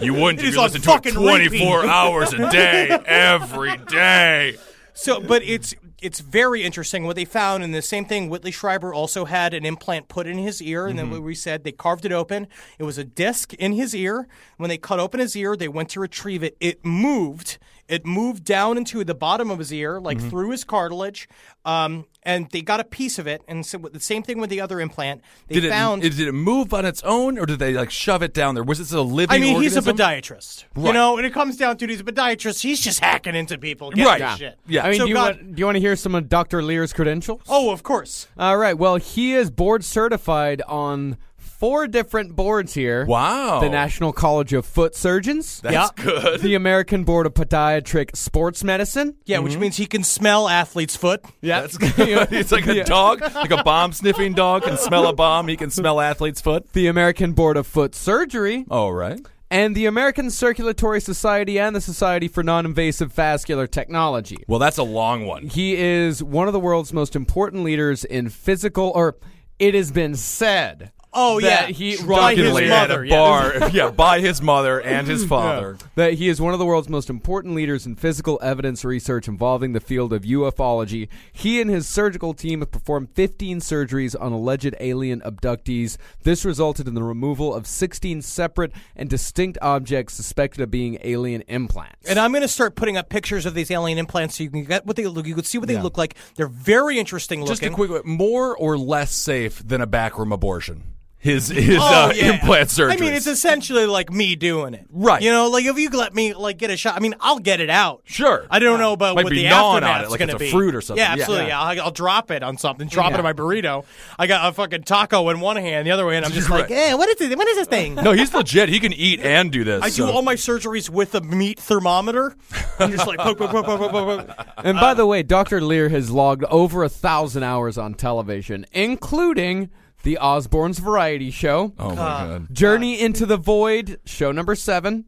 Speaker 4: you wouldn't
Speaker 1: It is on fucking repeat.
Speaker 4: hours a
Speaker 1: *laughs*
Speaker 4: day, every day.
Speaker 1: so, but it's it's very interesting what they found, and the same thing. Whitley Schreiber also had an implant put in his ear, and then
Speaker 4: Mm-hmm.
Speaker 1: what we said they carved it open. It was a disc in his ear. When they cut open his ear, they went to retrieve it. It moved. It moved down into the bottom of his ear, like
Speaker 4: Mm-hmm.
Speaker 1: through his cartilage. Um, and they got a piece of it, and so the same thing with the other implant. They
Speaker 4: Did it,
Speaker 1: found.
Speaker 4: it- did it move on its own, or did they like shove it down there? Was it a living?
Speaker 1: I mean, he's a
Speaker 4: organism?
Speaker 1: podiatrist. You
Speaker 4: Right.
Speaker 1: know, when it comes down to it, he's a podiatrist. He's just hacking into people. getting
Speaker 4: Right.
Speaker 1: their
Speaker 4: Yeah.
Speaker 1: Shit.
Speaker 4: Yeah.
Speaker 7: I mean,
Speaker 1: So
Speaker 7: do, you
Speaker 1: God-
Speaker 7: want, do you want to hear some of Dr. Lear's credentials?
Speaker 1: Oh, of course.
Speaker 7: All right. Well, he is board certified on four different boards here.
Speaker 4: Wow.
Speaker 7: The National College of Foot Surgeons.
Speaker 4: That's good.
Speaker 7: The American Board of Podiatric Sports Medicine.
Speaker 1: Yeah,
Speaker 4: Mm-hmm.
Speaker 1: which means he can smell athlete's foot.
Speaker 7: Yeah.
Speaker 4: That's *laughs* good. It's like a dog,
Speaker 1: *laughs*
Speaker 4: like a bomb sniffing dog can smell a bomb. He can smell athlete's foot.
Speaker 7: The American Board of Foot Surgery.
Speaker 4: All right.
Speaker 7: And the American Circulatory Society and the Society for Non Invasive Vascular Technology.
Speaker 4: Well, that's a long one.
Speaker 7: He is one of the world's most important leaders in physical, or it has been said.
Speaker 1: Oh,
Speaker 7: that
Speaker 1: yeah.
Speaker 7: he
Speaker 1: By his
Speaker 4: Drunkenly
Speaker 1: mother,
Speaker 4: at a
Speaker 1: yeah.
Speaker 4: bar, *laughs* yeah. by his mother and
Speaker 1: *laughs*
Speaker 4: his father.
Speaker 7: that he is one of the world's most important leaders in physical evidence research involving the field of ufology. He and his surgical team have performed 15 surgeries on alleged alien abductees. This resulted in the removal of 16 separate and distinct objects suspected of being alien implants.
Speaker 1: And I'm going to start putting up pictures of these alien implants so you can get what they look. You can see what they look like. They're very interesting looking.
Speaker 4: Just a quick more or less safe than a backroom abortion. His his
Speaker 1: Oh,
Speaker 4: uh,
Speaker 1: yeah.
Speaker 4: implant surgery.
Speaker 1: I mean, it's essentially like me doing it,
Speaker 4: Right.
Speaker 1: You know, like if you let me like get a shot, I mean, I'll get it out.
Speaker 4: Sure.
Speaker 1: I don't know about
Speaker 4: Might
Speaker 1: what
Speaker 4: be
Speaker 1: the
Speaker 4: gnawing on it,
Speaker 1: aftermath's
Speaker 4: like
Speaker 1: going
Speaker 4: it's
Speaker 1: to
Speaker 4: a
Speaker 1: be.
Speaker 4: fruit or something.
Speaker 1: Yeah,
Speaker 4: Yeah.
Speaker 1: absolutely.
Speaker 4: Yeah.
Speaker 1: I'll, I'll drop it on something. Drop it in my burrito. I got a fucking taco in one hand, the other
Speaker 4: *laughs*
Speaker 1: hand I'm just
Speaker 4: Right.
Speaker 1: like, eh, what is this? What is this
Speaker 4: *laughs*
Speaker 1: thing?
Speaker 4: no, he's legit. He can eat and do this.
Speaker 1: I do
Speaker 4: so-
Speaker 1: all my surgeries with a meat thermometer. I'm just like, poke, poke, poke, poke, poke, poke.
Speaker 7: And by the way, Dr. Lear has logged over a thousand hours on television, including the Osbournes Variety Show,
Speaker 4: Oh my
Speaker 1: Uh,
Speaker 4: god.
Speaker 7: Journey into the Void, show number seven,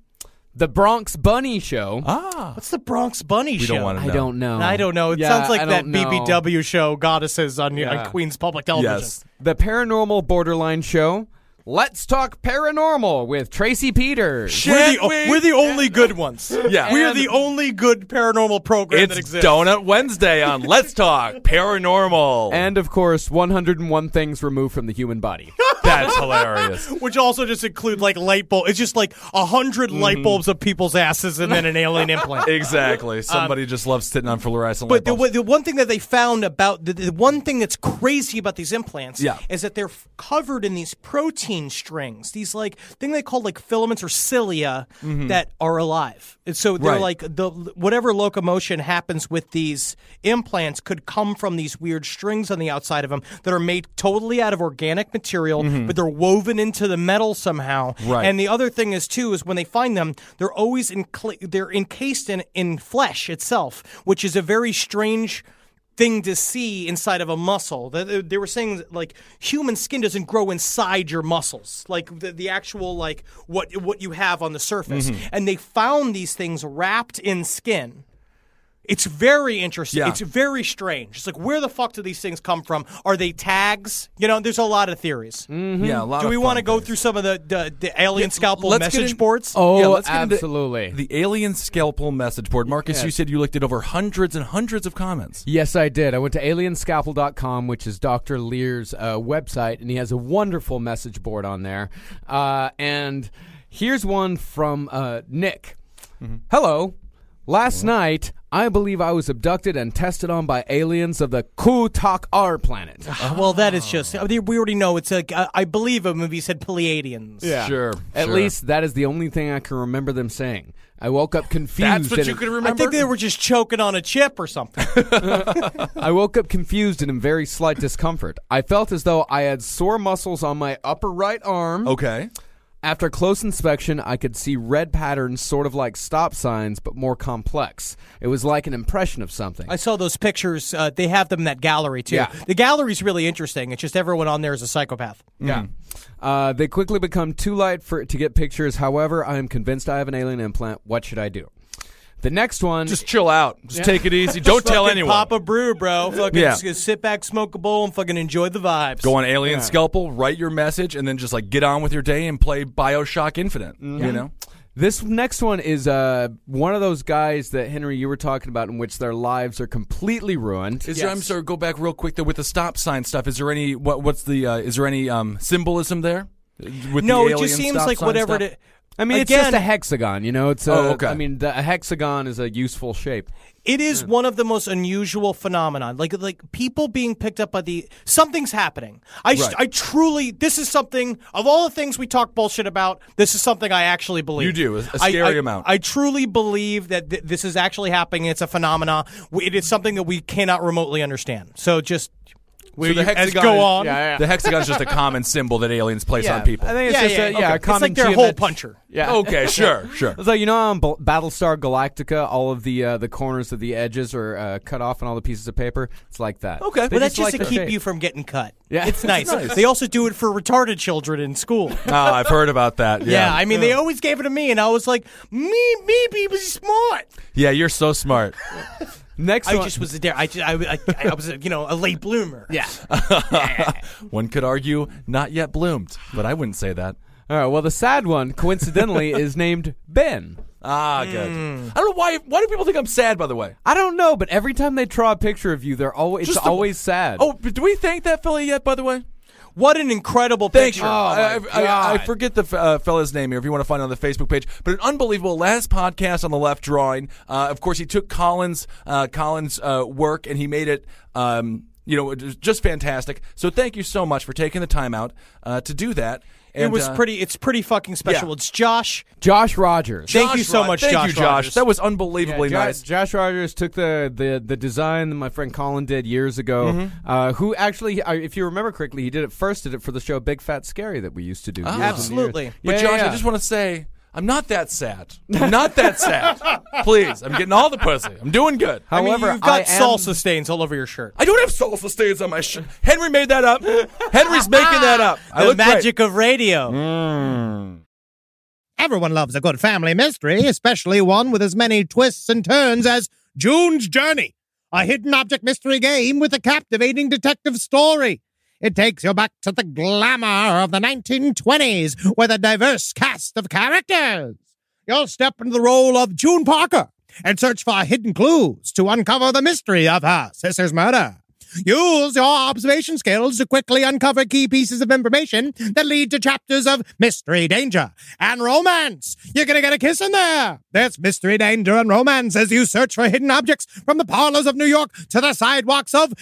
Speaker 7: the Bronx Bunny Show.
Speaker 1: What's the Bronx Bunny
Speaker 4: We
Speaker 1: show?
Speaker 4: don't want to
Speaker 7: I don't know.
Speaker 1: I don't know. It
Speaker 7: Yeah,
Speaker 1: sounds
Speaker 7: I
Speaker 1: like that
Speaker 7: don't know.
Speaker 1: BBW show, Goddesses on,
Speaker 7: Yeah.
Speaker 1: on Queens Public Television.
Speaker 4: Yes.
Speaker 7: The Paranormal Borderline Show. Let's talk paranormal with Tracy Peters.
Speaker 1: We're
Speaker 4: Can't
Speaker 1: the,
Speaker 4: we?
Speaker 1: we're the only good *laughs* ones.
Speaker 4: Yeah.
Speaker 1: We're
Speaker 4: And-
Speaker 1: the only good paranormal program
Speaker 4: It's
Speaker 1: that exists.
Speaker 4: Donut Wednesday on Let's Talk Paranormal.
Speaker 7: And of course, 101 things removed from the
Speaker 4: *laughs*
Speaker 7: human body.
Speaker 4: that's hilarious.
Speaker 1: Which also just include like light bulb. It's just like a 100 light bulbs of people's asses and then an
Speaker 4: *laughs*
Speaker 1: alien implant. Um,
Speaker 4: Exactly. Somebody just loves sitting on fluorescent
Speaker 1: But
Speaker 4: light
Speaker 1: the,
Speaker 4: bulbs.
Speaker 1: the one thing that they found about the, the one thing that's crazy about these implants
Speaker 4: Yeah.
Speaker 1: is that they're f- covered in these protein strings, these like thing they call like filaments or cilia that are alive. And so they're
Speaker 4: Mm-hmm. Right.
Speaker 1: like the whatever locomotion happens with these implants could come from these weird strings on the outside of them that are made totally out of organic material, but they're woven into the metal somehow.
Speaker 4: Mm-hmm. Right.
Speaker 1: And the other thing is too is when they find them, they're always in they're encased in in flesh itself, which is a very strange thing to see inside of a muscle. They- They, they were saying that, like human skin doesn't grow inside your muscles, like the, the actual like what what you have on the surface. And they found these things wrapped in skin. It's very interesting.
Speaker 4: Yeah.
Speaker 1: It's very strange. It's like where the fuck do these things come from? Are they tags? You know, there's a lot of theories.
Speaker 7: Mm-hmm.
Speaker 4: yeah, a lot
Speaker 1: Do
Speaker 4: of
Speaker 1: we want to
Speaker 4: fun
Speaker 1: go
Speaker 4: things.
Speaker 1: through some of the the, the alien
Speaker 4: Yeah,
Speaker 1: scalpel
Speaker 4: let's get
Speaker 1: message
Speaker 4: in-
Speaker 1: boards?
Speaker 7: Oh,
Speaker 4: Yeah, let's get into
Speaker 7: absolutely.
Speaker 4: the alien scalpel message board? Marcus, you said you looked at over hundreds and hundreds of comments.
Speaker 7: Yes, I did. I went to alienscalpel.com, which is Dr. Lear's uh, website, and he has a wonderful message board on there. Uh, and here's one from uh, Nick
Speaker 4: Mm-hmm.
Speaker 7: Hello. Last night, I believe I was abducted and tested on by aliens of the Kutak R planet.
Speaker 1: Well, that is just we already know it's like I I believe a movie said Pleiadians. Yeah.
Speaker 4: Sure.
Speaker 7: At
Speaker 4: sure.
Speaker 7: least that is the only thing I can remember them saying. I woke up
Speaker 4: *laughs*
Speaker 7: confused.
Speaker 4: that's what
Speaker 7: and
Speaker 4: you could
Speaker 1: I
Speaker 4: remember.
Speaker 1: think they were just choking on a chip or something.
Speaker 7: I woke up confused and in very slight discomfort. I felt as though I had sore muscles on my upper right arm.
Speaker 4: okay.
Speaker 7: After close inspection, I could see red patterns sort of like stop signs, but more complex. It was like an impression of something.
Speaker 1: I saw those pictures. Uh, they have them in that gallery too.
Speaker 7: Yeah.
Speaker 1: The gallery's really interesting. It's just everyone on there is a psychopath.
Speaker 7: yeah. Uh, they quickly become too light for to get pictures. However, I am convinced I have an alien implant. What should I do? The next one.
Speaker 4: Just chill out. *laughs* Just take it easy. Don't tell
Speaker 1: Fucking
Speaker 4: anyone.
Speaker 1: Pop a brew, bro. Fucking
Speaker 4: Yeah.
Speaker 1: just sit back, smoke a bowl, and fucking enjoy the vibes.
Speaker 4: Go on Alien Scalpel, write your message, and then just like get on with your day and play Bioshock Infinite. You know?
Speaker 7: This next one is uh, one of those guys that Henry you were talking about, in which their lives are completely ruined.
Speaker 4: Is there, I'm sorry, go back real quick though with the stop sign stuff. Is there any what, what's the uh, is there any um, symbolism there? With
Speaker 1: No,
Speaker 4: the
Speaker 1: it just
Speaker 4: alien
Speaker 1: seems
Speaker 4: stop
Speaker 1: like
Speaker 4: sign
Speaker 1: whatever.
Speaker 4: stuff?
Speaker 1: It,
Speaker 7: I
Speaker 1: again,
Speaker 7: mean, it's just a hexagon, you know. It's a,
Speaker 4: Oh, okay.
Speaker 7: I mean, the, a hexagon is a useful shape.
Speaker 1: It is one of the most unusual phenomenon. Like like people being picked up by the something's happening. I st- I truly this is something of all the things we talk bullshit about. This is something I actually believe.
Speaker 4: You do, a- a
Speaker 1: I-
Speaker 4: scary
Speaker 1: I-
Speaker 4: amount.
Speaker 1: I truly believe that th- this is actually happening. It's a phenomena. W- It is something that we cannot remotely understand. So just
Speaker 8: Where
Speaker 4: the
Speaker 8: you- as
Speaker 4: hexagon
Speaker 8: go
Speaker 4: is-
Speaker 8: on.
Speaker 7: Yeah, yeah.
Speaker 4: The hexagon's just a common symbol that aliens place on people.
Speaker 7: Um, I think it's
Speaker 8: Yeah,
Speaker 7: just
Speaker 8: yeah,
Speaker 7: a,
Speaker 8: okay.
Speaker 7: yeah, a
Speaker 8: It's
Speaker 7: common
Speaker 1: like they're
Speaker 7: geomet-
Speaker 1: hole puncher.
Speaker 7: Yeah.
Speaker 4: okay, *laughs* sure, sure.
Speaker 7: It's like you know, on B- Battlestar Galactica, all of the uh, the corners of the edges are uh, cut off, and all the pieces of paper. It's like that.
Speaker 4: Okay.
Speaker 7: They
Speaker 1: But that's just
Speaker 7: like
Speaker 1: to
Speaker 7: the
Speaker 1: keep
Speaker 7: shape.
Speaker 1: you from getting cut.
Speaker 7: Yeah.
Speaker 1: it's nice. They also do it for retarded children in school.
Speaker 4: Ah, I've heard about that. Yeah,
Speaker 1: Yeah, I mean, they always gave it to me, and I was like, me, me, be be smart.
Speaker 4: yeah, you're so smart.
Speaker 7: Next
Speaker 1: I
Speaker 7: one,
Speaker 1: just was there. I, ju- I, I, I was, you know, a late bloomer. Yeah. *laughs*
Speaker 4: One could argue not yet bloomed, but I wouldn't say that.
Speaker 7: All right. Well, the sad one, coincidentally, is named Ben.
Speaker 4: Ah, good. I don't know why. Why do people think I'm sad? By the way.
Speaker 7: I don't know, but every time they draw a picture of you, they're always it's
Speaker 4: Just the-
Speaker 7: always sad.
Speaker 4: Oh, but do we thank that fella yet? By the way.
Speaker 1: What an incredible
Speaker 4: Thank
Speaker 1: picture. Oh,
Speaker 4: you. I,
Speaker 7: my
Speaker 4: I- I- I
Speaker 7: God.
Speaker 4: forget the f- uh, fella's name here if you want to find it on the Facebook page. But an unbelievable last podcast on the left drawing. Uh, of course, he took Collins' uh, Collins' uh, work and he made it. Um, you know, it was just fantastic. So thank you so much for taking the time out uh, to do that.
Speaker 1: it
Speaker 4: And,
Speaker 1: was
Speaker 4: uh,
Speaker 1: pretty. It's pretty fucking special.
Speaker 4: yeah.
Speaker 1: It's Josh.
Speaker 7: Josh Rogers.
Speaker 1: Thank you so
Speaker 4: Rod-
Speaker 1: much,
Speaker 4: thank
Speaker 1: Josh
Speaker 4: you, Josh.
Speaker 1: Rogers.
Speaker 4: That was
Speaker 7: Yeah,
Speaker 4: unbelievably
Speaker 7: Jo-
Speaker 4: nice.
Speaker 7: Josh Rogers took the, the, the design that my friend Colin did years ago.
Speaker 4: Mm-hmm.
Speaker 7: Uh, who actually, I- if you remember correctly, he did it first. Did it for the show Big Fat Scary that we used to do. years and years.
Speaker 1: Absolutely.
Speaker 7: Yeah,
Speaker 4: Oh, But
Speaker 7: yeah,
Speaker 4: Josh, I
Speaker 7: yeah.
Speaker 4: just want to say I'm not that sad. I'm not
Speaker 1: *laughs*
Speaker 4: that sad. Please, I'm getting all the pussy. I'm doing good.
Speaker 1: I mean,
Speaker 7: However,
Speaker 1: you've got
Speaker 7: I am-
Speaker 1: salsa stains all over your shirt.
Speaker 4: I don't have salsa stains on my shirt. Henry made that up. Henry's making
Speaker 1: *laughs*
Speaker 4: that up. I
Speaker 1: the
Speaker 4: look great.
Speaker 1: magic of radio.
Speaker 8: Hmm. Everyone loves a good family mystery, especially one with as many twists and turns as June's Journey, a hidden object mystery game with a captivating detective story. It takes you back to the glamour of the 1920s with a diverse cast of characters. You'll step into the role of June Parker and search for hidden clues to uncover the mystery of her sister's murder. Use your observation skills to quickly uncover key pieces of information that lead to chapters of mystery, danger, and romance. You're going to get a kiss in there. There's mystery, danger, and romance as you search for hidden objects from the parlors of New York to the sidewalks of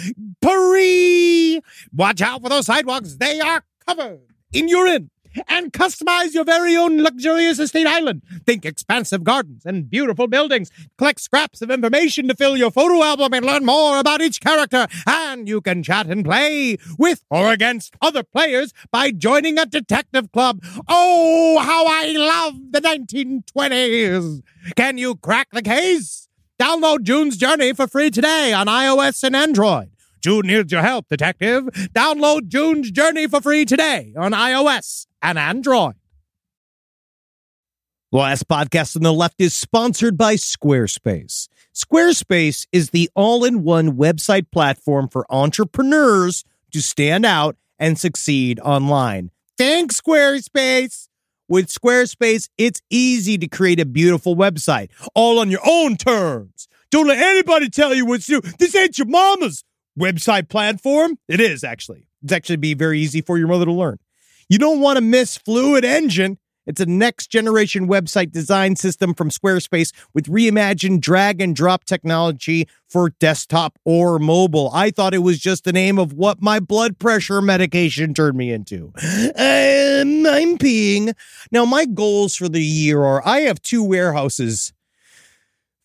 Speaker 8: Paris. Watch out for those sidewalks, they are covered in urine and customize your very own luxurious estate island. Think expansive gardens and beautiful buildings. Collect scraps of information to fill your photo album and learn more about each character. And you can chat and play with or against other players by joining a detective club. Oh, how I love the 1920s! Can you crack the case? Download June's Journey for free today on iOS and Android. June needs your help, detective. Download June's Journey for free today on iOS and Android.
Speaker 1: Last podcast on the left is sponsored by Squarespace. Squarespace is the all in one website platform for entrepreneurs to stand out and succeed online. Thanks, Squarespace. With Squarespace, it's easy to create a beautiful website all on your own terms. Don't let anybody tell you what to do. This ain't your mama's website platform. It is actually. It's actually be very easy for your mother to learn. You don't want to miss Fluid Engine. It's a next generation website design system from Squarespace with reimagined drag and drop technology for desktop or mobile. I thought it was just the name of what my blood pressure medication turned me into. Um, I'm peeing. Now, my goals for the year are I have two warehouses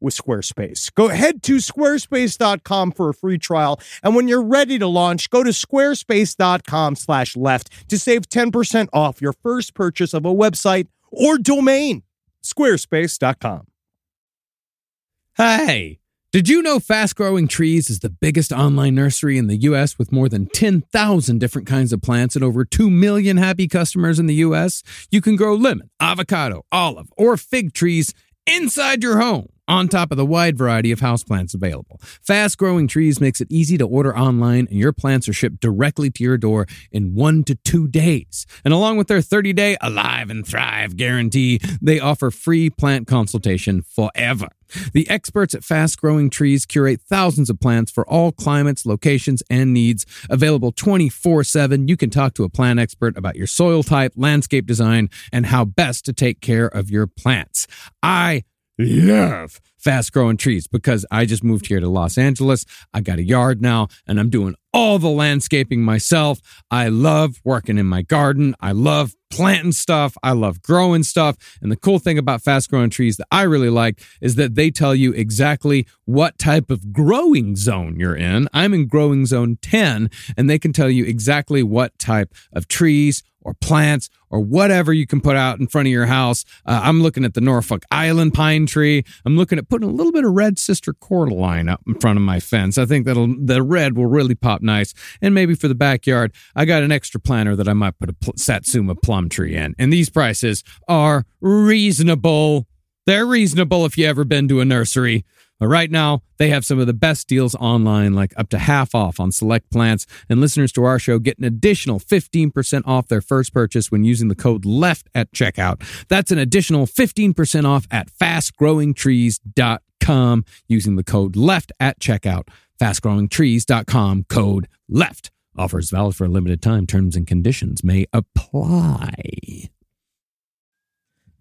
Speaker 1: with Squarespace. Go head to squarespace.com for a free trial. And when you're ready to launch, go to squarespace.com slash left to save 10% off your first purchase of a website or domain squarespace.com. Hey,
Speaker 7: Did you know Fast Growing Trees is the biggest online nursery in the US with more than 10,000 different kinds of plants and over 2 million happy customers in the US? You can grow lemon, avocado, olive, or fig trees inside your home on top of the wide variety of houseplants available. Fast Growing Trees makes it easy to order online and your plants are shipped directly to your door in 1 to 2 days. And along with their 30-day Alive and Thrive guarantee, they offer free plant consultation forever. The experts at Fast Growing Trees curate thousands of plants for all climates, locations, and needs. Available 24 7, you can talk to a plant expert about your soil type, landscape design, and how best to take care of your plants. I love fast growing trees because I just moved here to Los Angeles. I got a yard now and I'm doing all the landscaping myself. I love working in my garden. I love planting stuff. I love growing stuff. And the cool thing about fast growing trees that I really like is that they tell you exactly what type of growing zone you're in. I'm in growing zone 10 and they can tell you exactly what type of trees or plants or whatever you can put out in front of your house. Uh, I'm looking at the Norfolk Island pine tree. I'm looking at putting a little bit of red sister cordyline up in front of my fence. I think that'll the red will really pop nice. And maybe for the backyard, I got an extra planter that I might put a pl- Satsuma plum tree in. And these prices are reasonable. They're reasonable if you ever been to a nursery. But right now, they have some of the best deals online, like up to half off on select plants. And listeners to our show get an additional 15% off their first purchase when using the code LEFT at checkout. That's an additional 15% off at fastgrowingtrees.com using the code LEFT at checkout. Fastgrowingtrees.com code LEFT. Offers valid for a limited time. Terms and conditions may apply.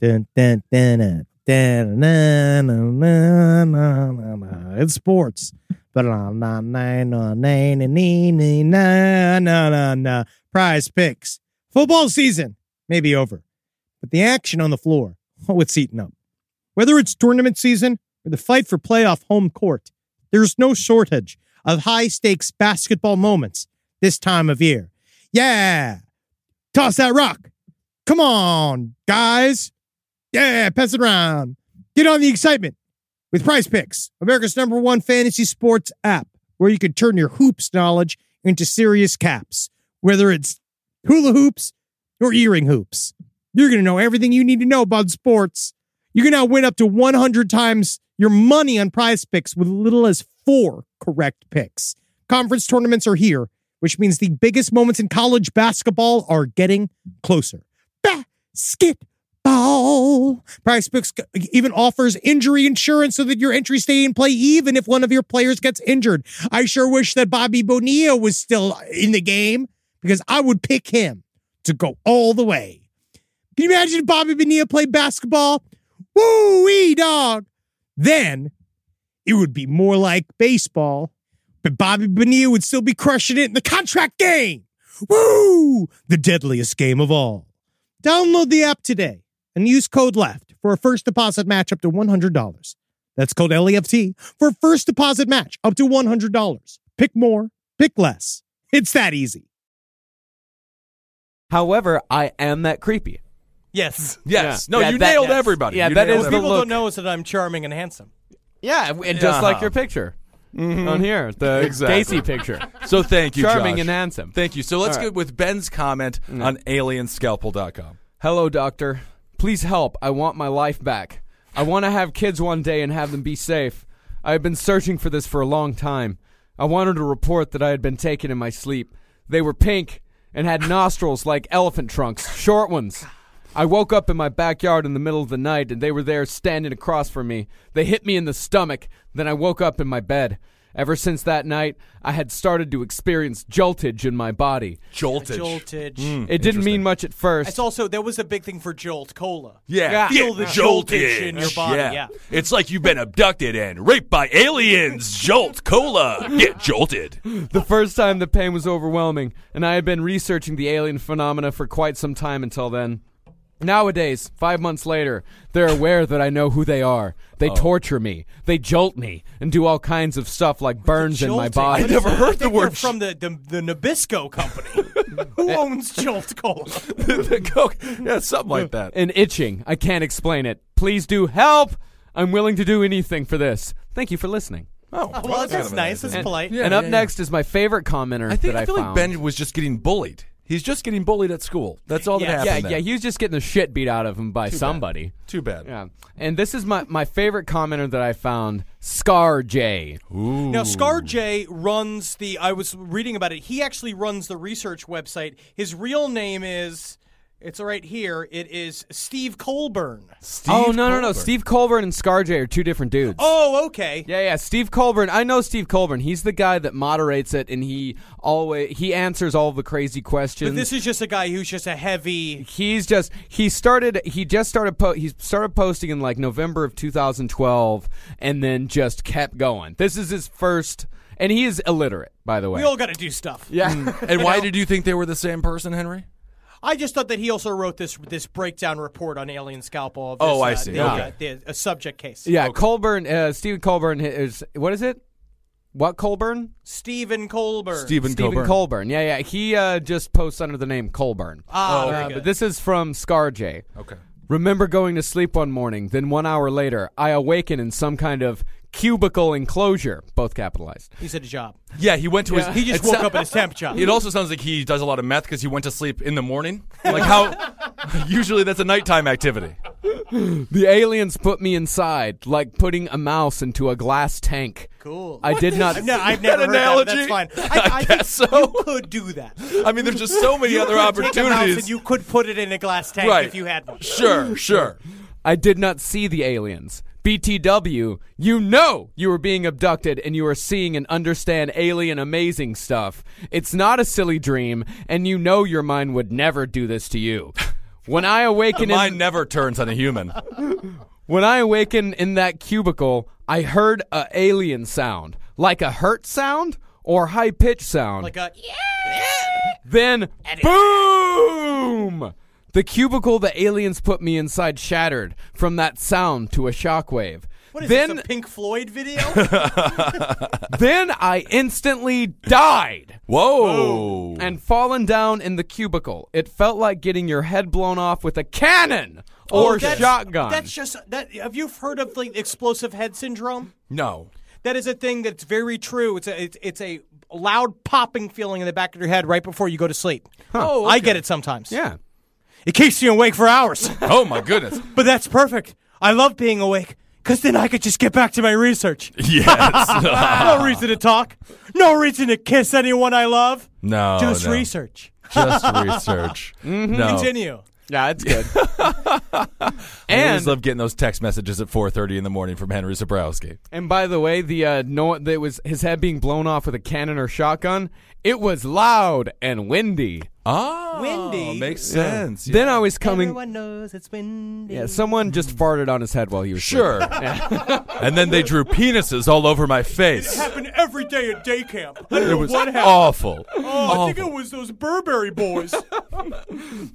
Speaker 1: Dun, dun, dun, dun. Da-na-na-na-na-na-na. It's sports. Ba-na-na-na-na-na-na-na-na-na. Prize picks. Football season may be over, but the action on the floor, *laughs* oh, it's eaten up. Whether it's tournament season or the fight for playoff home court, there's no shortage of high stakes basketball moments this time of year. Yeah! Toss that rock! Come on, guys! Yeah, pass it around. Get on the excitement with Prize Picks, America's number one fantasy sports app, where you can turn your hoops knowledge into serious caps. Whether it's hula hoops or earring hoops, you're going to know everything you need to know about sports. You can now win up to 100 times your money on prize picks with little as four correct picks. Conference tournaments are here, which means the biggest moments in college basketball are getting closer. Basketball. Prize picks even offers injury insurance so that your entries stay in play even if one of your players gets injured. I sure wish that Bobby Bonilla was still in the game because I would pick him to go all the way. Can you imagine if Bobby Bonilla played basketball? Woo wee dog. Then it would be more like baseball, but Bobby Bonilla would still be crushing it in the contract game. Woo! The deadliest game of all. Download the app today and use code LEFT for a first deposit match up to $100. That's code LEFT for a first deposit match up to $100. Pick more, pick less. It's that easy.
Speaker 9: However, I am that creepy.
Speaker 10: Yes.
Speaker 4: Yes. No, you nailed
Speaker 9: that's-
Speaker 4: everybody.
Speaker 9: Yeah,
Speaker 4: You
Speaker 9: that
Speaker 4: nailed
Speaker 9: is
Speaker 10: What
Speaker 9: the
Speaker 10: people
Speaker 9: look.
Speaker 10: don't know is that I'm charming and handsome.
Speaker 9: Yeah, and just
Speaker 4: Yeah.
Speaker 9: like your picture on here, *laughs* the
Speaker 4: Exactly.
Speaker 9: Daisy picture.
Speaker 4: *laughs* So thank you,
Speaker 9: Charming
Speaker 4: Josh.
Speaker 9: and handsome.
Speaker 4: Thank you. So let's
Speaker 9: All right.
Speaker 4: get with Ben's comment on alienscalpel.com.
Speaker 9: Hello, doctor. Please help. I want my life back. I want to have kids one day and have them be safe. I have been searching for this for a long time. I wanted to report that I had been taken in my sleep. They were pink and had nostrils like elephant trunks, short ones. I woke up in my backyard in the middle of the night and they were there standing across from me. They hit me in the stomach, then I woke up in my bed. Ever since that night, I had started to experience joltage in my body.
Speaker 4: Joltage.
Speaker 10: Joltage.
Speaker 7: Mm.
Speaker 9: It didn't mean much at first.
Speaker 10: It's also there was a big thing for Jolt Cola.
Speaker 4: Yeah.
Speaker 10: Feel the joltage in your body. Yeah.
Speaker 4: It's like you've been abducted and raped by aliens. Jolt cola. Get jolted.
Speaker 7: *laughs*
Speaker 9: The first time the pain was overwhelming, and I had been researching the alien phenomena for quite some time until then. Nowadays, five months later, they're aware that I know who they are.
Speaker 10: Oh.
Speaker 9: They torture me, they jolt me, and do all kinds of stuff like burns in my
Speaker 10: Jolting.
Speaker 9: body.
Speaker 10: What is that? I
Speaker 9: *laughs*
Speaker 10: think they're from the, the the Nabisco company. Who owns Jolt
Speaker 1: *laughs*
Speaker 10: Cola?
Speaker 4: The Coke- yeah, something like *laughs* that.
Speaker 9: and itching. I can't explain it. Please do help! I'm willing to do anything for this. Thank you for listening.
Speaker 4: Oh,
Speaker 1: well, that's
Speaker 4: kind of
Speaker 1: nice.
Speaker 4: an
Speaker 1: It's
Speaker 4: idea.
Speaker 1: polite.
Speaker 7: and up next is my favorite commenter
Speaker 4: I think
Speaker 7: that I,
Speaker 4: I feel like
Speaker 7: found.
Speaker 4: Ben was just getting bullied. He's just getting bullied at school. That's all that
Speaker 7: yeah,
Speaker 4: happened.
Speaker 7: yeah,
Speaker 4: there.
Speaker 7: yeah. He was just getting the shit beat out of him by
Speaker 4: bad.
Speaker 7: somebody.
Speaker 4: Too bad.
Speaker 7: Yeah, and this is my my favorite commenter that I found, Scar J. Ooh.
Speaker 1: Now, Scar J runs the. I was reading about it. He actually runs the research website. His real name is. It's right here. It is Steve Colburn.
Speaker 7: oh no no no! Steve Colburn and Scar J are two different dudes.
Speaker 1: Oh, okay.
Speaker 7: Yeah, yeah. Steve Colburn. I know Steve Colburn. He's the guy that moderates it, and he always he answers all the crazy questions.
Speaker 1: But this is just a guy who's just a heavy.
Speaker 7: he's just he started he just started po- he started posting in like November of 2012, and then just kept going. This is his first, and he is illiterate, by the way.
Speaker 1: We all got to do stuff.
Speaker 7: yeah.
Speaker 4: And why did you think they were the same person, Henry?
Speaker 1: I just thought that he also wrote this this breakdown report on Alien Scalpel. Of
Speaker 4: Oh,
Speaker 1: this,
Speaker 4: I
Speaker 1: uh,
Speaker 4: see.
Speaker 1: the,
Speaker 4: Okay.
Speaker 1: uh, the- a subject case.
Speaker 7: Yeah, Colburn, uh, Stephen Colburn is what is it? What Colburn?
Speaker 1: Stephen Colburn.
Speaker 7: Stephen Colburn. Yeah, yeah. He uh, just posts under the name Colburn.
Speaker 1: Ah, very
Speaker 7: Uh,
Speaker 1: good.
Speaker 7: but this is from Scar J.
Speaker 4: Okay.
Speaker 7: Remember going to sleep one morning, then one hour later, I awaken in some kind of cubicle enclosure, both capitalized.
Speaker 1: He's at a
Speaker 4: *laughs*
Speaker 1: job.
Speaker 4: Yeah, he went to
Speaker 1: Yeah.
Speaker 4: his.
Speaker 1: He just
Speaker 4: it
Speaker 1: woke
Speaker 4: sou-
Speaker 1: up at his temp job.
Speaker 4: It also sounds like he does a lot of meth because he went to sleep in the morning. Like how? *laughs* usually that's a nighttime activity.
Speaker 7: The aliens put me inside, like putting a mouse into a glass tank.
Speaker 1: Cool.
Speaker 7: I did not.
Speaker 1: No,
Speaker 7: *laughs*
Speaker 1: I've never
Speaker 4: That
Speaker 1: heard that. That's
Speaker 4: analogy? *laughs*
Speaker 1: fine. I, I, think
Speaker 4: guess so.
Speaker 1: you could do that.
Speaker 4: I mean, there's just so many
Speaker 1: You
Speaker 4: other
Speaker 1: could Take a mouse and
Speaker 4: opportunities.
Speaker 1: you could put it in a glass tank
Speaker 4: Right.
Speaker 1: if you had one. *laughs*
Speaker 4: Sure, sure.
Speaker 7: I did not see the aliens. BTW, you know you were being abducted and you are seeing and understand alien amazing stuff. It's not a silly dream, and you know your mind would never do this to you. When I awaken in,
Speaker 4: Mine never turns on a human.
Speaker 7: when I awaken in that cubicle, I heard a alien sound, like a hurt sound or high pitched sound.
Speaker 1: Like a yeah.
Speaker 7: *laughs* Then, boom! The cubicle the aliens put me inside shattered from that sound to a shockwave.
Speaker 1: What is
Speaker 7: then,
Speaker 1: this, a Pink Floyd video?
Speaker 7: *laughs*
Speaker 1: *laughs*
Speaker 7: then I instantly died
Speaker 4: Whoa.
Speaker 1: Oh.
Speaker 7: and fallen down in the cubicle. It felt like getting your head blown off with a cannon or
Speaker 1: Oh, that's-
Speaker 7: shotgun.
Speaker 1: That's just that. Have you heard of like explosive head syndrome?
Speaker 4: No.
Speaker 1: That is a thing that's very true. It's a it's, it's a loud popping feeling in the back of your head right before you go to sleep. Oh, I get it sometimes.
Speaker 7: yeah.
Speaker 1: it keeps you awake for hours.
Speaker 4: Oh my goodness. *laughs*
Speaker 1: but that's perfect. I love being awake because then I could just get back to my research.
Speaker 4: Yes. *laughs*
Speaker 1: no reason to talk. No reason to kiss anyone I love.
Speaker 4: no.
Speaker 1: Just
Speaker 4: Oh, no. Oh.
Speaker 1: research.
Speaker 4: Just *laughs* research. No.
Speaker 1: Continue.
Speaker 7: Yeah, it's good.
Speaker 4: *laughs* I always
Speaker 7: and
Speaker 4: love getting those text messages at 4:30 in the morning from Henry Zabrowski.
Speaker 7: and by the way, the uh, no, that was his head being blown off with a cannon or shotgun. It was loud and windy.
Speaker 4: Ah,
Speaker 1: Windy.
Speaker 4: makes sense. Yeah.
Speaker 7: Then I was coming.
Speaker 1: Everyone knows it's windy.
Speaker 7: Yeah, someone just farted on his head while he
Speaker 4: *laughs*
Speaker 7: was
Speaker 4: Sure.
Speaker 7: sleeping.
Speaker 4: and then they drew penises all over my face.
Speaker 1: happened every day at day camp. I don't
Speaker 4: It
Speaker 1: know
Speaker 4: was
Speaker 1: what happened.
Speaker 4: awful.
Speaker 1: Oh, I think it was those Burberry boys.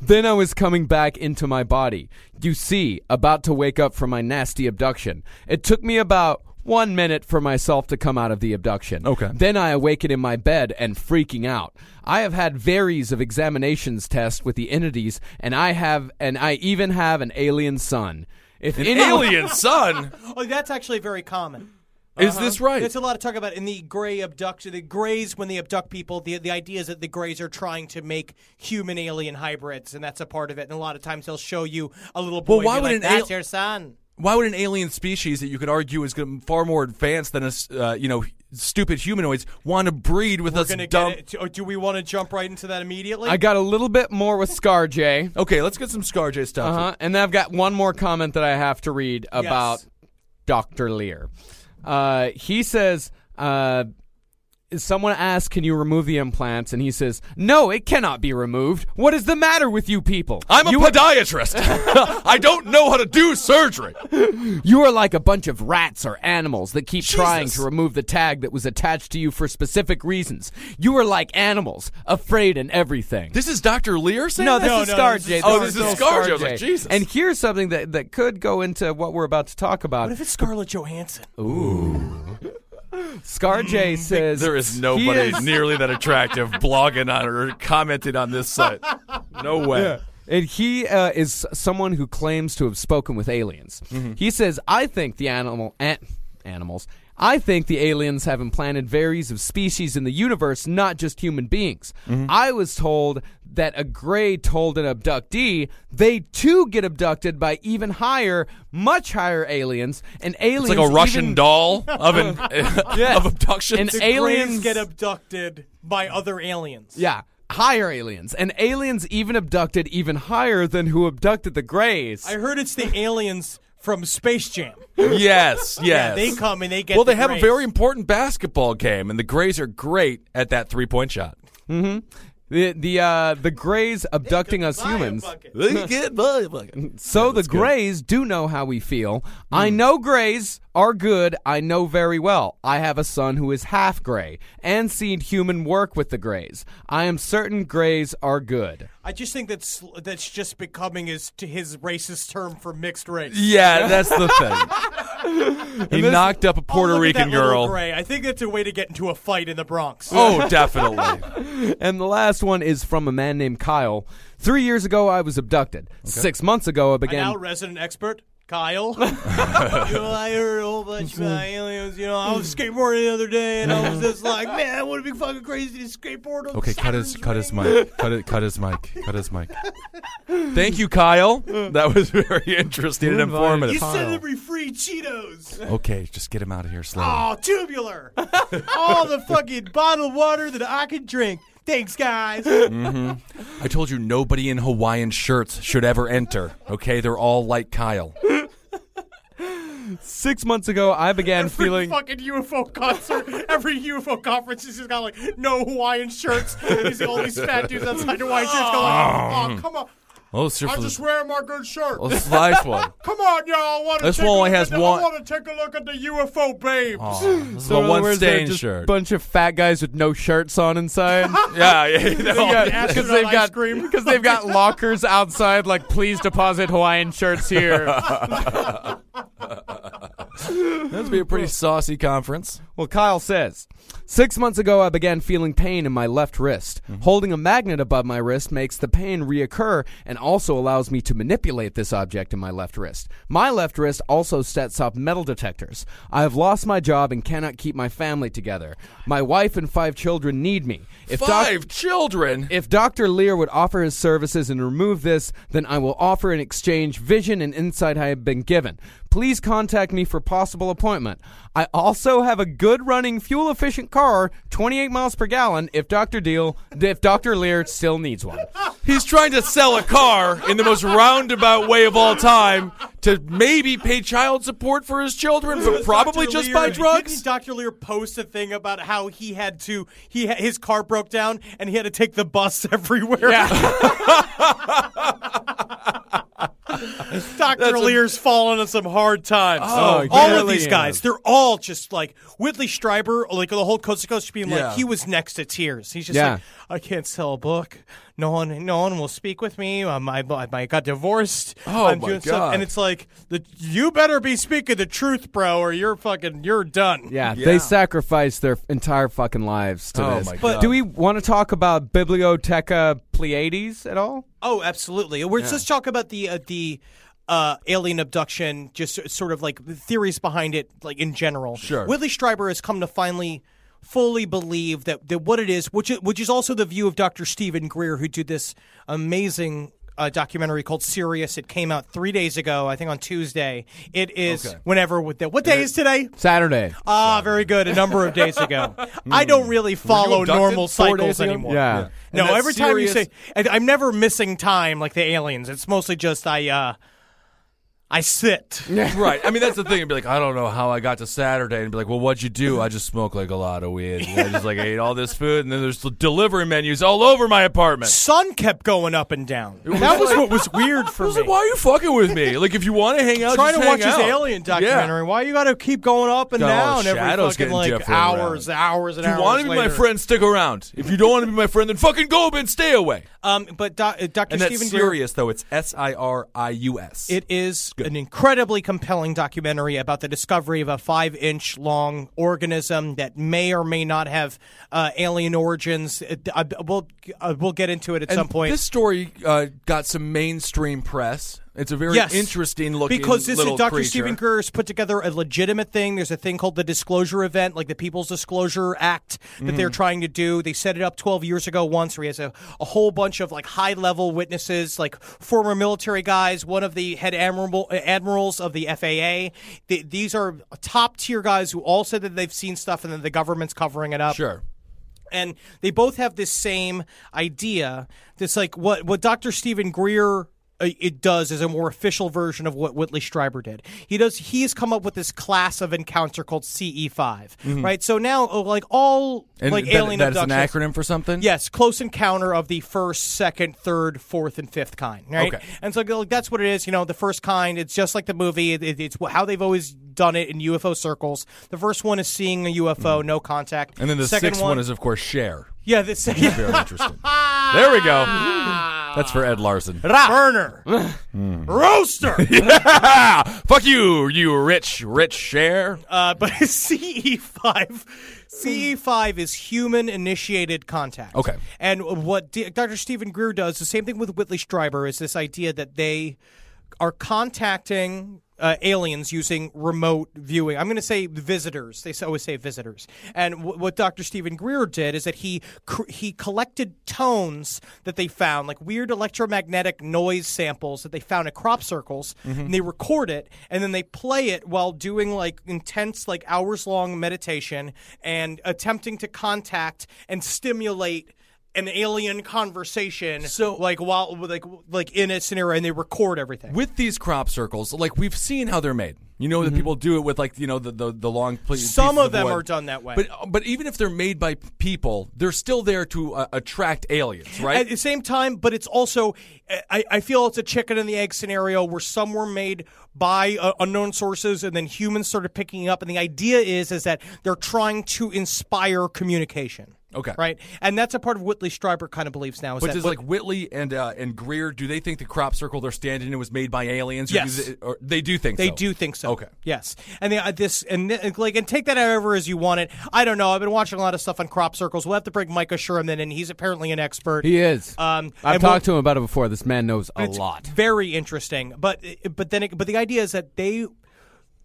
Speaker 7: Then I was coming back into my body. You see, about to wake up from my nasty abduction. It took me about one minute for myself to come out of the abduction.
Speaker 4: Okay.
Speaker 7: Then I awaken in my bed and freaking out. I have had varies of examinations tests with the entities, and I have, and I even have an alien son. If
Speaker 4: An *laughs*
Speaker 7: any-
Speaker 4: alien son.
Speaker 1: oh, that's actually very common.
Speaker 4: Is this right?
Speaker 1: There's a lot of talk about in the gray abduction. The grays, when they abduct people, the the idea is that the grays are trying to make human alien hybrids, and that's a part of it. And a lot of times they'll show you a little boy.
Speaker 4: Well, why
Speaker 1: and be
Speaker 4: would
Speaker 1: like,
Speaker 4: an
Speaker 1: that's
Speaker 4: al-
Speaker 1: your son?
Speaker 4: Why would an alien species that you could argue is gonna- far more advanced than us, uh, you know, stupid humanoids want to breed with us
Speaker 1: Gonna
Speaker 4: dumb?
Speaker 1: get it. Do- Do we want to jump right into that immediately?
Speaker 7: I got a little bit more with Scar J.
Speaker 4: Okay, let's get some Scar J stuff.
Speaker 7: Uh-huh. And then I've got one more comment that I have to read about
Speaker 1: Yes.
Speaker 7: Dr. Lear. Uh, he says, uh, someone asked, can you remove the implants? And he says, no, it cannot be removed. What is the matter with you people?
Speaker 4: I'm a
Speaker 7: you,
Speaker 4: podiatrist. *laughs* I don't know how to do surgery.
Speaker 7: *laughs* you are like a bunch of rats or animals that keep trying
Speaker 4: Jesus.
Speaker 7: to remove the tag that was attached to you for specific reasons. You are like animals, afraid and everything.
Speaker 4: This is Dr. Lear saying
Speaker 7: No,
Speaker 4: that?
Speaker 7: this is Scar J.
Speaker 4: Oh, this is
Speaker 7: still
Speaker 4: Scar J. I was like, Jesus.
Speaker 7: And here's something that, that could go into what we're about to talk about.
Speaker 1: What if it's Scarlett Johansson?
Speaker 7: Scar J says
Speaker 4: There is
Speaker 7: he
Speaker 4: nobody
Speaker 7: is-
Speaker 4: nearly that attractive blogging on or commenting on this site. No way.
Speaker 7: and he uh, is someone
Speaker 4: Mm-hmm.
Speaker 7: who claims to have spoken with aliens. He says, "I think the animal an- animals." I think the aliens have implanted varies of species in the universe, not just human beings.
Speaker 4: Mm-hmm.
Speaker 7: I was told that a gray told an abductee they too get abducted by even higher, much higher aliens, and aliens
Speaker 4: It's like a Russian
Speaker 7: even-
Speaker 4: doll of an *laughs* of abduction.
Speaker 7: And
Speaker 1: The
Speaker 7: aliens
Speaker 1: Greys get abducted by other aliens.
Speaker 7: Yeah. Higher aliens. And aliens even abducted even higher than who abducted the Greys.
Speaker 1: I heard it's the aliens from Space Jam.
Speaker 4: Yes, yes.
Speaker 1: Yeah, they come and they get
Speaker 4: Well, they
Speaker 1: the
Speaker 4: have
Speaker 1: Greys.
Speaker 4: a very important basketball game, and the Grays are great at that three point shot.
Speaker 7: hmm The the uh, the Greys abducting us humans.
Speaker 4: They get by a bucket.
Speaker 7: So the Greys do know how we feel. I know Greys are good. I know very well. I have a son who is half Grey and seen human work with the Greys. I am certain Greys are good.
Speaker 1: I just think that's that's just becoming his to his racist term for mixed race.
Speaker 4: Yeah, that's the thing. He knocked up a Puerto
Speaker 1: oh, look at
Speaker 4: Rican
Speaker 1: that little
Speaker 4: girl.
Speaker 1: Gray. I think that's a way to get into a fight in the Bronx.
Speaker 4: Oh, definitely.
Speaker 7: and the last one is from a man named Kyle. Three years ago, I was abducted. Six months ago, I began.
Speaker 1: Now resident expert
Speaker 4: *laughs*
Speaker 1: Kyle. you know, I heard a whole bunch about aliens. You know, I was skateboarding the other day, and I was
Speaker 4: *laughs*
Speaker 1: just like, man, would it be fucking crazy to skateboard? On
Speaker 4: Okay, cut his
Speaker 1: Saturn's
Speaker 4: cut his
Speaker 1: ring?"
Speaker 4: mic. Cut it. Cut his mic. Cut his mic. Thank you, Kyle. That was very interesting and informative.
Speaker 1: You sent every free Cheetos.
Speaker 4: Okay, just get him out of here slowly.
Speaker 1: Oh, tubular. All
Speaker 4: *laughs*
Speaker 1: the fucking bottled water that I could drink. Thanks,
Speaker 4: *laughs*
Speaker 1: guys.
Speaker 4: hmm I told you nobody in Hawaiian shirts should ever enter. Okay, they're all like Kyle.
Speaker 7: Six months ago, I began
Speaker 1: Every
Speaker 7: feeling.
Speaker 1: fucking UFO concert, every UFO conference is just got like no Hawaiian shirts. He's the only fat dudes outside Hawaiian shirts going, oh, come on.
Speaker 4: Oh, sir,
Speaker 1: I'm
Speaker 4: for
Speaker 1: just
Speaker 4: the-
Speaker 1: wearing my good shirt.
Speaker 4: Oh, this is nice one.
Speaker 1: Come on, y'all. I want to
Speaker 4: This
Speaker 1: take
Speaker 4: one
Speaker 1: a
Speaker 4: only
Speaker 1: look
Speaker 4: has
Speaker 1: at the-
Speaker 4: one-
Speaker 1: I want to take a look at the UFO babes. *sighs*
Speaker 4: Aw, this is
Speaker 7: So
Speaker 4: my
Speaker 7: in other
Speaker 4: one
Speaker 7: words, they're
Speaker 4: stain
Speaker 7: just
Speaker 4: shirt.
Speaker 7: Bunch of fat guys with no shirts
Speaker 1: *laughs*
Speaker 7: on inside.
Speaker 4: *laughs* Yeah, yeah, you know.
Speaker 7: Yeah,
Speaker 1: Astronaut
Speaker 7: they've
Speaker 1: ice
Speaker 7: got
Speaker 1: cream.
Speaker 7: because they've got lockers outside. Like, please deposit Hawaiian
Speaker 4: *laughs*
Speaker 7: shirts here.
Speaker 4: That'd be a pretty saucy conference.
Speaker 7: Well, Kyle says, six months ago, I began feeling pain in my left wrist. Holding a magnet above my wrist makes the pain reoccur and also allows me to manipulate this object in my left wrist. My left wrist also sets up metal detectors. I have lost my job and cannot keep my family together. My wife and five children need me. If doc-
Speaker 4: Five children.
Speaker 7: if Dr. Lear would offer his services and remove this, then I will offer in exchange vision and insight I have been given. Please contact me for possible appointment. I also have a good running fuel efficient car, 28 miles per gallon if Dr. Deal if Dr. Lear still needs one.
Speaker 4: He's trying to sell a car in the most roundabout way of all time to maybe pay child support for his children, but probably
Speaker 1: Dr.
Speaker 4: just
Speaker 1: Lear-
Speaker 4: buy
Speaker 1: *laughs*
Speaker 4: drugs.
Speaker 1: Didn't Dr. Lear post a thing about how he had to he ha- his car broke down and he had to take the bus *laughs* everywhere. *laughs* Dr. Lear's fallen on some hard times.
Speaker 4: Oh,
Speaker 1: all of
Speaker 4: really
Speaker 1: these guys,
Speaker 4: is.
Speaker 1: they're all just like Whitley Strieber, like the whole coast to coast being
Speaker 4: Yeah.
Speaker 1: like he was next to tears. He's just
Speaker 7: Yeah.
Speaker 1: like I can't sell a book. No one, no one will speak with me. Um, I, I, I got divorced.
Speaker 4: Oh,
Speaker 1: I'm
Speaker 4: my
Speaker 1: doing Stuff.
Speaker 4: God.
Speaker 1: And it's like the, you better be speaking the truth, bro, or you're fucking you're done.
Speaker 7: Yeah, they sacrificed their entire fucking lives to
Speaker 4: Oh
Speaker 7: this.
Speaker 4: my But- God.
Speaker 7: do we want to talk about Bibliotheca Pleiades at all?
Speaker 1: Oh, absolutely. We're just talk about the uh, the uh, alien abduction, just s- sort of like the theories behind it, like in general.
Speaker 4: Sure.
Speaker 1: Whitley Strieber has come to finally fully believe that, that what it is, which is, which is also the view of Dr. Stephen Greer, who did this amazing. uh documentary called Sirius. It came out three days ago, I think on Tuesday. It is
Speaker 4: Okay.
Speaker 1: whenever with that. What day is today?
Speaker 7: Saturday.
Speaker 1: Ah, very good. A number of days
Speaker 4: *laughs*
Speaker 1: ago. I don't really follow
Speaker 4: Hmm. abducted
Speaker 1: normal
Speaker 4: four days
Speaker 1: cycles
Speaker 4: ago?
Speaker 1: anymore.
Speaker 7: Yeah. Yeah.
Speaker 1: No,
Speaker 4: And that
Speaker 1: every time you
Speaker 4: serious-
Speaker 1: say, and I'm never missing time like the aliens. It's mostly just I, uh, I sit.
Speaker 4: Right. I mean, that's the thing. It'd be like, I don't know how I got to Saturday. And be like, well, what'd you do? I just smoked like a lot of weed. And I just like ate all this food. And then there's delivery menus all over my apartment.
Speaker 1: Sun kept going up and down. That was
Speaker 4: like-
Speaker 1: what was weird for
Speaker 4: I was like,
Speaker 1: me.
Speaker 4: why are you fucking with me? Like, if you want to hang out,
Speaker 1: Trying to
Speaker 4: just
Speaker 1: watch
Speaker 4: hang
Speaker 1: this
Speaker 4: out.
Speaker 1: alien documentary. Why you got to keep going up and
Speaker 4: Got all
Speaker 1: down
Speaker 4: the
Speaker 1: every
Speaker 4: shadows
Speaker 1: fucking
Speaker 4: getting
Speaker 1: like
Speaker 4: different around.
Speaker 1: hours, hours and
Speaker 4: Yeah. If
Speaker 1: hours?
Speaker 4: you want to be my
Speaker 1: later.
Speaker 4: friend, stick around. If you don't want to be my friend, then fucking go, but stay away.
Speaker 1: Um, but doc, uh, Dr.
Speaker 4: And that's
Speaker 1: Stephen Greer.
Speaker 4: serious, though. It's S I R I U S.
Speaker 1: It is an incredibly compelling documentary about the discovery of a five inch long organism that may or may not have uh, alien origins. Uh, I- we'll, uh, we'll get into it at
Speaker 4: And
Speaker 1: some point.
Speaker 4: This story uh, got some mainstream press. It's a very
Speaker 1: Yes.
Speaker 4: interesting looking
Speaker 1: because this
Speaker 4: little
Speaker 1: is Dr.
Speaker 4: creature.
Speaker 1: Stephen Kerr's put together a legitimate thing. There's a thing called the Disclosure Event, like the People's Disclosure Act that they're
Speaker 4: Mhm.
Speaker 1: trying to do. They set it up 12 years ago once, where he has a, a whole bunch of like high level witnesses, like former military guys, one of the head admiral admirals of the FAA. Th- these are top tier guys who all said that they've seen stuff and then the government's covering it up.
Speaker 4: Sure
Speaker 1: and they both have this same idea. That's like what what Dr. Stephen Greer uh, it does is a more official version of what Whitley Strieber did. He does he's come up with this class of encounter called CE5,
Speaker 4: Mhm.
Speaker 1: right? So now oh, like all
Speaker 4: And
Speaker 1: like
Speaker 4: that-
Speaker 1: alien
Speaker 4: that is an
Speaker 1: abductions.
Speaker 4: acronym for something.
Speaker 1: Yes, close encounter of the first, second, third, fourth, and fifth kind. Right?
Speaker 4: Okay.
Speaker 1: And so like, that's what it is. You know, the first kind. It's just like the movie. It, it- it's wh- how they've always done it in UFO circles. The first one is seeing a UFO, no contact.
Speaker 4: Mm-hmm. And then the
Speaker 1: second
Speaker 4: sixth one, is, of course, share.
Speaker 1: yeah, this *laughs*
Speaker 4: Very interesting. There we go. That's for Ed
Speaker 1: *laughs*
Speaker 4: Larson. *laughs*
Speaker 1: burner
Speaker 4: Mm.
Speaker 1: roaster.
Speaker 4: yeah! Fuck you, you rich, rich share.
Speaker 1: Uh, but *laughs* CE five, CE five is human initiated contact.
Speaker 4: Okay.
Speaker 1: And what D- Dr. Stephen Greer does, the same thing with Whitley Strieber, is this idea that they are contacting uh, aliens using remote viewing. I'm going to say visitors. They s- always say visitors. And w- what Dr. Stephen Greer did is that he cr- he collected tones that they found, like weird electromagnetic noise samples that they found at crop circles,
Speaker 5: Mhm.
Speaker 1: and they record it and then they play it while doing like intense, like hours long meditation and attempting to contact and stimulate an alien conversation so like while like like in a scenario and they record everything
Speaker 4: With these crop circles, like we've seen how they're made. You know that people do it with like you know the the, the long. Pl-
Speaker 1: Mm-hmm. Some
Speaker 4: pieces
Speaker 1: of them
Speaker 4: wood.
Speaker 1: are done that way.
Speaker 4: But but even if they're made by p- people, they're still there to uh, attract aliens, right?
Speaker 1: At the same time, but it's also I, I feel it's a chicken and the egg scenario where some were made by uh, unknown sources and then humans started picking up. And the idea is is that they're trying to inspire communication.
Speaker 4: Okay.
Speaker 1: right, and that's a part of Whitley Strieber kind of believes now. Is
Speaker 4: but
Speaker 1: that
Speaker 4: does like Whitley and uh, and Greer, do they think the crop circle they're standing in was made by aliens? Or
Speaker 1: Yes.
Speaker 4: do they, or they do think
Speaker 1: They
Speaker 4: so.
Speaker 1: do think so.
Speaker 4: Okay.
Speaker 1: Yes, and they, uh, this and th- like and take that however as you want it. I don't know. I've been watching a lot of stuff on crop circles. We'll have to bring Micah Sherman in. He's apparently an expert.
Speaker 7: He is.
Speaker 1: Um,
Speaker 7: I've
Speaker 1: and we'll-
Speaker 7: talked to him about it before. This man knows a
Speaker 1: it's
Speaker 7: lot.
Speaker 1: Very interesting. But but then it, but the idea is that they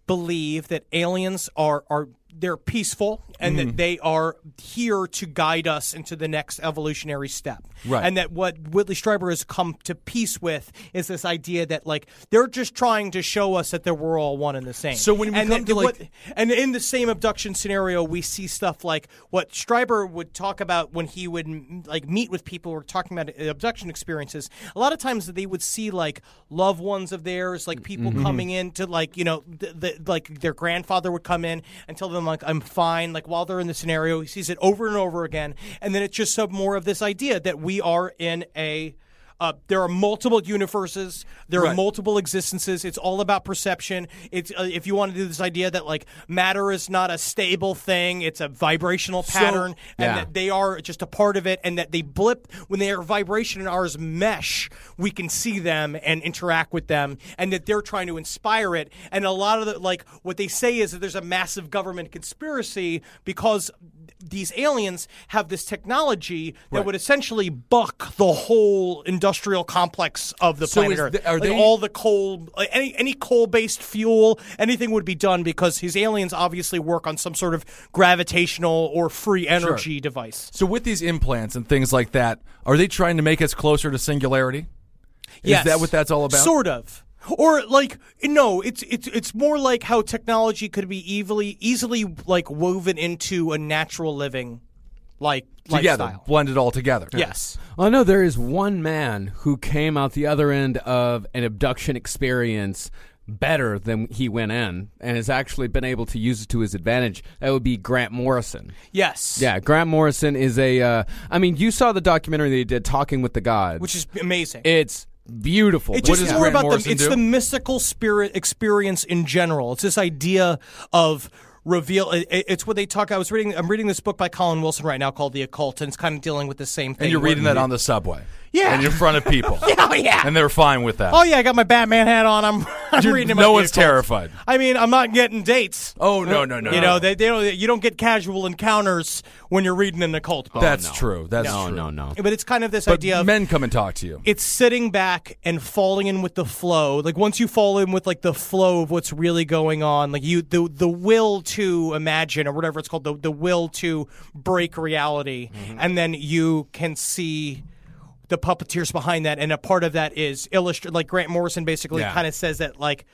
Speaker 1: believe that aliens are are they're peaceful and
Speaker 4: Mhm.
Speaker 1: that they are here to guide us into the next evolutionary step.
Speaker 4: Right.
Speaker 1: And that what Whitley Strieber has come to peace with is this idea that like they're just trying to show us that they we're all one and the same.
Speaker 4: So when we
Speaker 1: and
Speaker 4: come
Speaker 1: that-
Speaker 4: to, like-
Speaker 1: what- and in the same abduction scenario, we see stuff like what Stryber would talk about when he would m- like meet with people or talking about uh, abduction experiences. A lot of times they would see like loved ones of theirs, like people
Speaker 5: Mhm.
Speaker 1: coming in to like you know th- th- like their grandfather would come in and tell them like I'm fine. Like while they're in the scenario, he sees it over and over again, and then it's just some more of this idea that we are in a. Uh, there are multiple universes. There are
Speaker 4: Right.
Speaker 1: multiple existences. It's all about perception. It's uh, if you want to do this idea that like matter is not a stable thing; it's a vibrational
Speaker 4: So-
Speaker 1: pattern, and
Speaker 4: Yeah.
Speaker 1: that they are just a part of it, and that they blip when their vibration and ours mesh. We can see them and interact with them, and that they're trying to inspire it. And a lot of the like what they say is that there's a massive government conspiracy because these aliens have this technology that
Speaker 4: Right.
Speaker 1: would essentially buck the whole industrial complex of the
Speaker 4: So
Speaker 1: planet
Speaker 4: is
Speaker 1: Earth.
Speaker 4: th- are
Speaker 1: Like,
Speaker 4: they-
Speaker 1: all the coal, like, any any coal based fuel, anything would be done because his aliens obviously work on some sort of gravitational or free energy
Speaker 4: Sure.
Speaker 1: device.
Speaker 4: So with these implants and things like that, are they trying to make us closer to singularity?
Speaker 1: Yes.
Speaker 4: Is that what that's all about?
Speaker 1: Sort of. Or like no, it's it's it's more like how technology could be easily easily like woven into a natural living, like
Speaker 4: Together,
Speaker 1: lifestyle.
Speaker 4: blend it all together.
Speaker 1: Yes.
Speaker 7: I know Oh, there is one man who came out the other end of an abduction experience better than he went in and has actually been able to use it to his advantage. That would be Grant Morrison.
Speaker 1: Yes.
Speaker 7: Yeah, Grant Morrison is a. Uh, I mean, you saw the documentary they did, Talking with the Gods,
Speaker 1: Which is amazing.
Speaker 7: It's beautiful.
Speaker 1: It's just more about the it's the mystical spirit experience in general. It's this idea of reveal. it- it- It's what they talk. I was reading. I'm reading this book by Colin Wilson right now called The Occult, and it's kind of dealing with the same thing.
Speaker 4: And you're
Speaker 1: where-
Speaker 4: reading that on the subway.
Speaker 1: Yeah.
Speaker 4: and in front
Speaker 1: *laughs*
Speaker 4: of people.
Speaker 1: Oh, yeah.
Speaker 4: and they're fine with that.
Speaker 1: Oh yeah, I got my Batman hat on. I'm, *laughs* I'm
Speaker 4: You're-
Speaker 1: reading. About
Speaker 4: no one's
Speaker 1: vehicles.
Speaker 4: terrified.
Speaker 1: I mean, I'm not getting dates.
Speaker 4: Oh no, no, no,
Speaker 1: You
Speaker 4: no.
Speaker 1: know, they, they don't. You don't get casual encounters when you're reading an occult book.
Speaker 4: That's true. That's
Speaker 1: No,
Speaker 4: true.
Speaker 1: no, But it's kind of this
Speaker 4: But
Speaker 1: idea of
Speaker 4: men come and talk to you.
Speaker 1: it's sitting back and falling in with the flow. Like once you fall in with like the flow of what's really going on, like you the the will to imagine or whatever it's called, the the will to break reality,
Speaker 7: Mm-hmm.
Speaker 1: and then you can see the puppeteers behind that, and a part of that is illustrate. Like Grant Morrison basically
Speaker 11: Yeah.
Speaker 1: kind of says that like.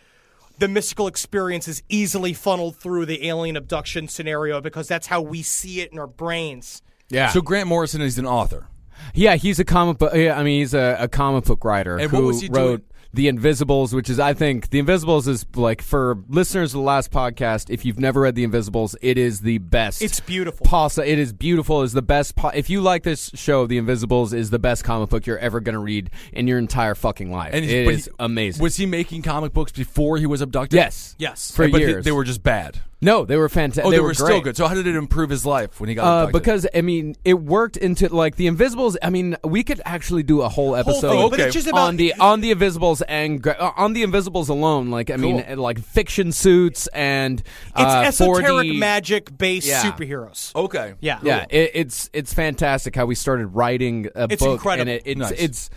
Speaker 1: The mystical experience is easily funneled through the alien abduction scenario because that's how we see it in our brains.
Speaker 7: Yeah.
Speaker 4: So Grant Morrison is an author.
Speaker 7: Yeah, he's a comic book. Yeah, I mean, he's a, a comic book writer
Speaker 4: And
Speaker 7: who
Speaker 4: what was he
Speaker 7: wrote
Speaker 4: doing?
Speaker 7: The Invisibles, which is, I think, The Invisibles is like for listeners of the last podcast. If you've never read The Invisibles, it is the best. It's
Speaker 1: beautiful.
Speaker 7: Pasta. It is beautiful. Is the best. Po- if you like this show, The Invisibles is the best comic book you're ever going to read in your entire fucking life.
Speaker 4: And
Speaker 7: it
Speaker 4: but he-
Speaker 7: is amazing.
Speaker 4: Was he making comic books before he was abducted?
Speaker 7: Yes.
Speaker 1: Yes.
Speaker 7: For
Speaker 4: And- but he-
Speaker 7: years.
Speaker 4: they were just bad.
Speaker 7: no, they were fantastic.
Speaker 4: Oh, they,
Speaker 7: were,
Speaker 4: were still
Speaker 7: great.
Speaker 4: good. So how did it improve his life when he got
Speaker 7: Uh,
Speaker 4: abducted?
Speaker 7: because I mean, it worked into like the Invisibles. I mean, we could actually do a whole episode
Speaker 4: thing, but it's Okay. just about-
Speaker 7: on the on the Invisibles and gra- uh, on the Invisibles alone. Like I mean, uh, like fiction suits and uh,
Speaker 1: it's esoteric
Speaker 7: 4D
Speaker 1: magic based
Speaker 7: Yeah.
Speaker 1: superheroes.
Speaker 4: Okay.
Speaker 1: Yeah.
Speaker 7: Yeah, it, it's it's fantastic how we started writing a
Speaker 4: It's
Speaker 7: book.
Speaker 4: incredible.
Speaker 7: And it, it's
Speaker 4: Nice.
Speaker 7: it's.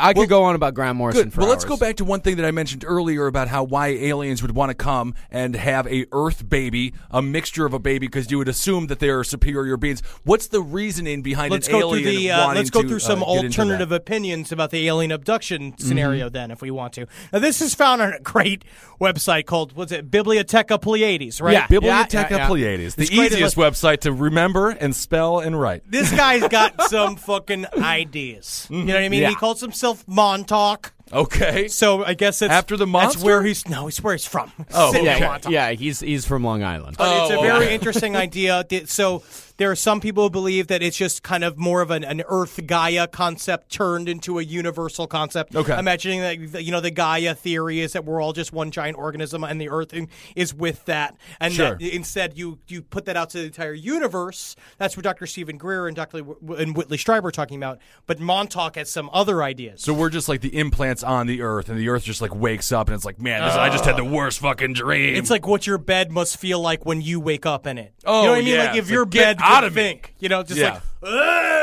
Speaker 7: I could go on about Grant Morrison
Speaker 4: Good.
Speaker 7: for
Speaker 4: Well, let's
Speaker 7: hours.
Speaker 4: go back to one thing that I mentioned earlier about how why aliens would want to come and have a Earth baby, a mixture of a baby, because you would assume that they are superior beings. What's the reasoning behind
Speaker 1: let's
Speaker 4: an
Speaker 1: go through
Speaker 4: alien
Speaker 1: the uh,
Speaker 4: wanting
Speaker 1: let's go
Speaker 4: to,
Speaker 1: through some
Speaker 4: uh, get into that? Mm-hmm.
Speaker 1: alternative opinions about the alien abduction scenario then if we want to now this is found on a great website called what's it bibliotheca pleiades right
Speaker 4: Yeah, Biblioteca Pleiades, the
Speaker 1: It's great at,
Speaker 4: easiest
Speaker 1: like,
Speaker 4: website to remember and spell and write.
Speaker 1: this guy's
Speaker 4: *laughs*
Speaker 1: got some fucking ideas you know what i mean
Speaker 4: Mm-hmm. Yeah.
Speaker 1: he calls himself montauk
Speaker 4: Okay.
Speaker 1: so i guess it's
Speaker 4: After the
Speaker 1: that's
Speaker 4: monster?
Speaker 1: where he's no he's where he's from
Speaker 7: Oh,
Speaker 1: Sydney,
Speaker 7: yeah,
Speaker 1: Montauk.
Speaker 7: yeah, he's he's from Long Island.
Speaker 1: But it's a
Speaker 7: Oh,
Speaker 1: very
Speaker 7: okay.
Speaker 1: interesting idea. Th- So there are some people who believe that it's just kind of more of an, an Earth Gaia concept turned into a universal concept.
Speaker 4: Okay.
Speaker 1: Imagining that the- you know the Gaia theory is that we're all just one giant organism and the Earth in- is with that, and
Speaker 4: Sure.
Speaker 1: that instead you you put that out to the entire universe. That's what Dr. Stephen Greer and Dr. Wh- and Whitley Strieber are talking about. But Montauk has some other ideas.
Speaker 4: So we're just like the implants on the Earth, and the Earth just like wakes up, and it's like, man, this, I just had the worst fucking dream.
Speaker 1: It's like what your bed must feel like when you wake up in it.
Speaker 4: Oh,
Speaker 1: you know what I mean?
Speaker 4: yeah.
Speaker 1: Like if
Speaker 4: It's
Speaker 1: your
Speaker 4: like,
Speaker 1: bed
Speaker 4: get out
Speaker 1: could
Speaker 4: of me.
Speaker 1: think, you know, just
Speaker 4: Yeah.
Speaker 1: like "Ugh!"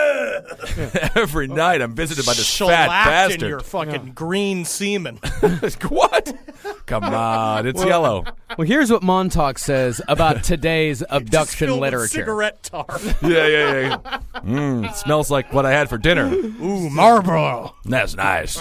Speaker 4: *laughs* every night I'm visited by this fat
Speaker 1: shellacked
Speaker 4: bastard. *laughs*
Speaker 1: in your fucking green semen.
Speaker 4: what?
Speaker 1: *laughs*
Speaker 4: Come on, it's yellow.
Speaker 7: Well, here's what Montauk says
Speaker 4: *laughs*
Speaker 7: about today's
Speaker 1: *laughs*
Speaker 7: abduction
Speaker 1: filled with
Speaker 7: literature.
Speaker 1: cigarette tar.
Speaker 4: Yeah, yeah, yeah. Mm, smells like what I had for dinner.
Speaker 1: Ooh, Marlboro.
Speaker 4: That's nice.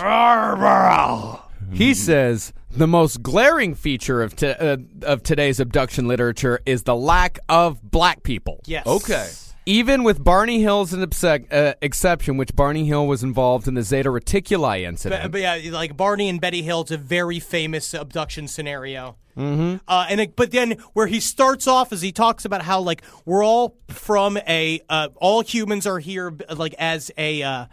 Speaker 7: He says the most glaring feature of to, uh, of today's abduction literature is the lack of black people.
Speaker 1: Yes.
Speaker 4: Okay.
Speaker 7: Even with Barney Hill's an obsec- uh, exception, which Barney Hill was involved in the Zeta Reticuli
Speaker 1: But,
Speaker 7: incident.
Speaker 1: but yeah, like Barney and Betty Hill, it's a very famous abduction scenario.
Speaker 7: mm-hmm.
Speaker 1: Uh, and it, but then where he starts off is he talks about how like we're all from a uh, all humans are here b- like as a uh,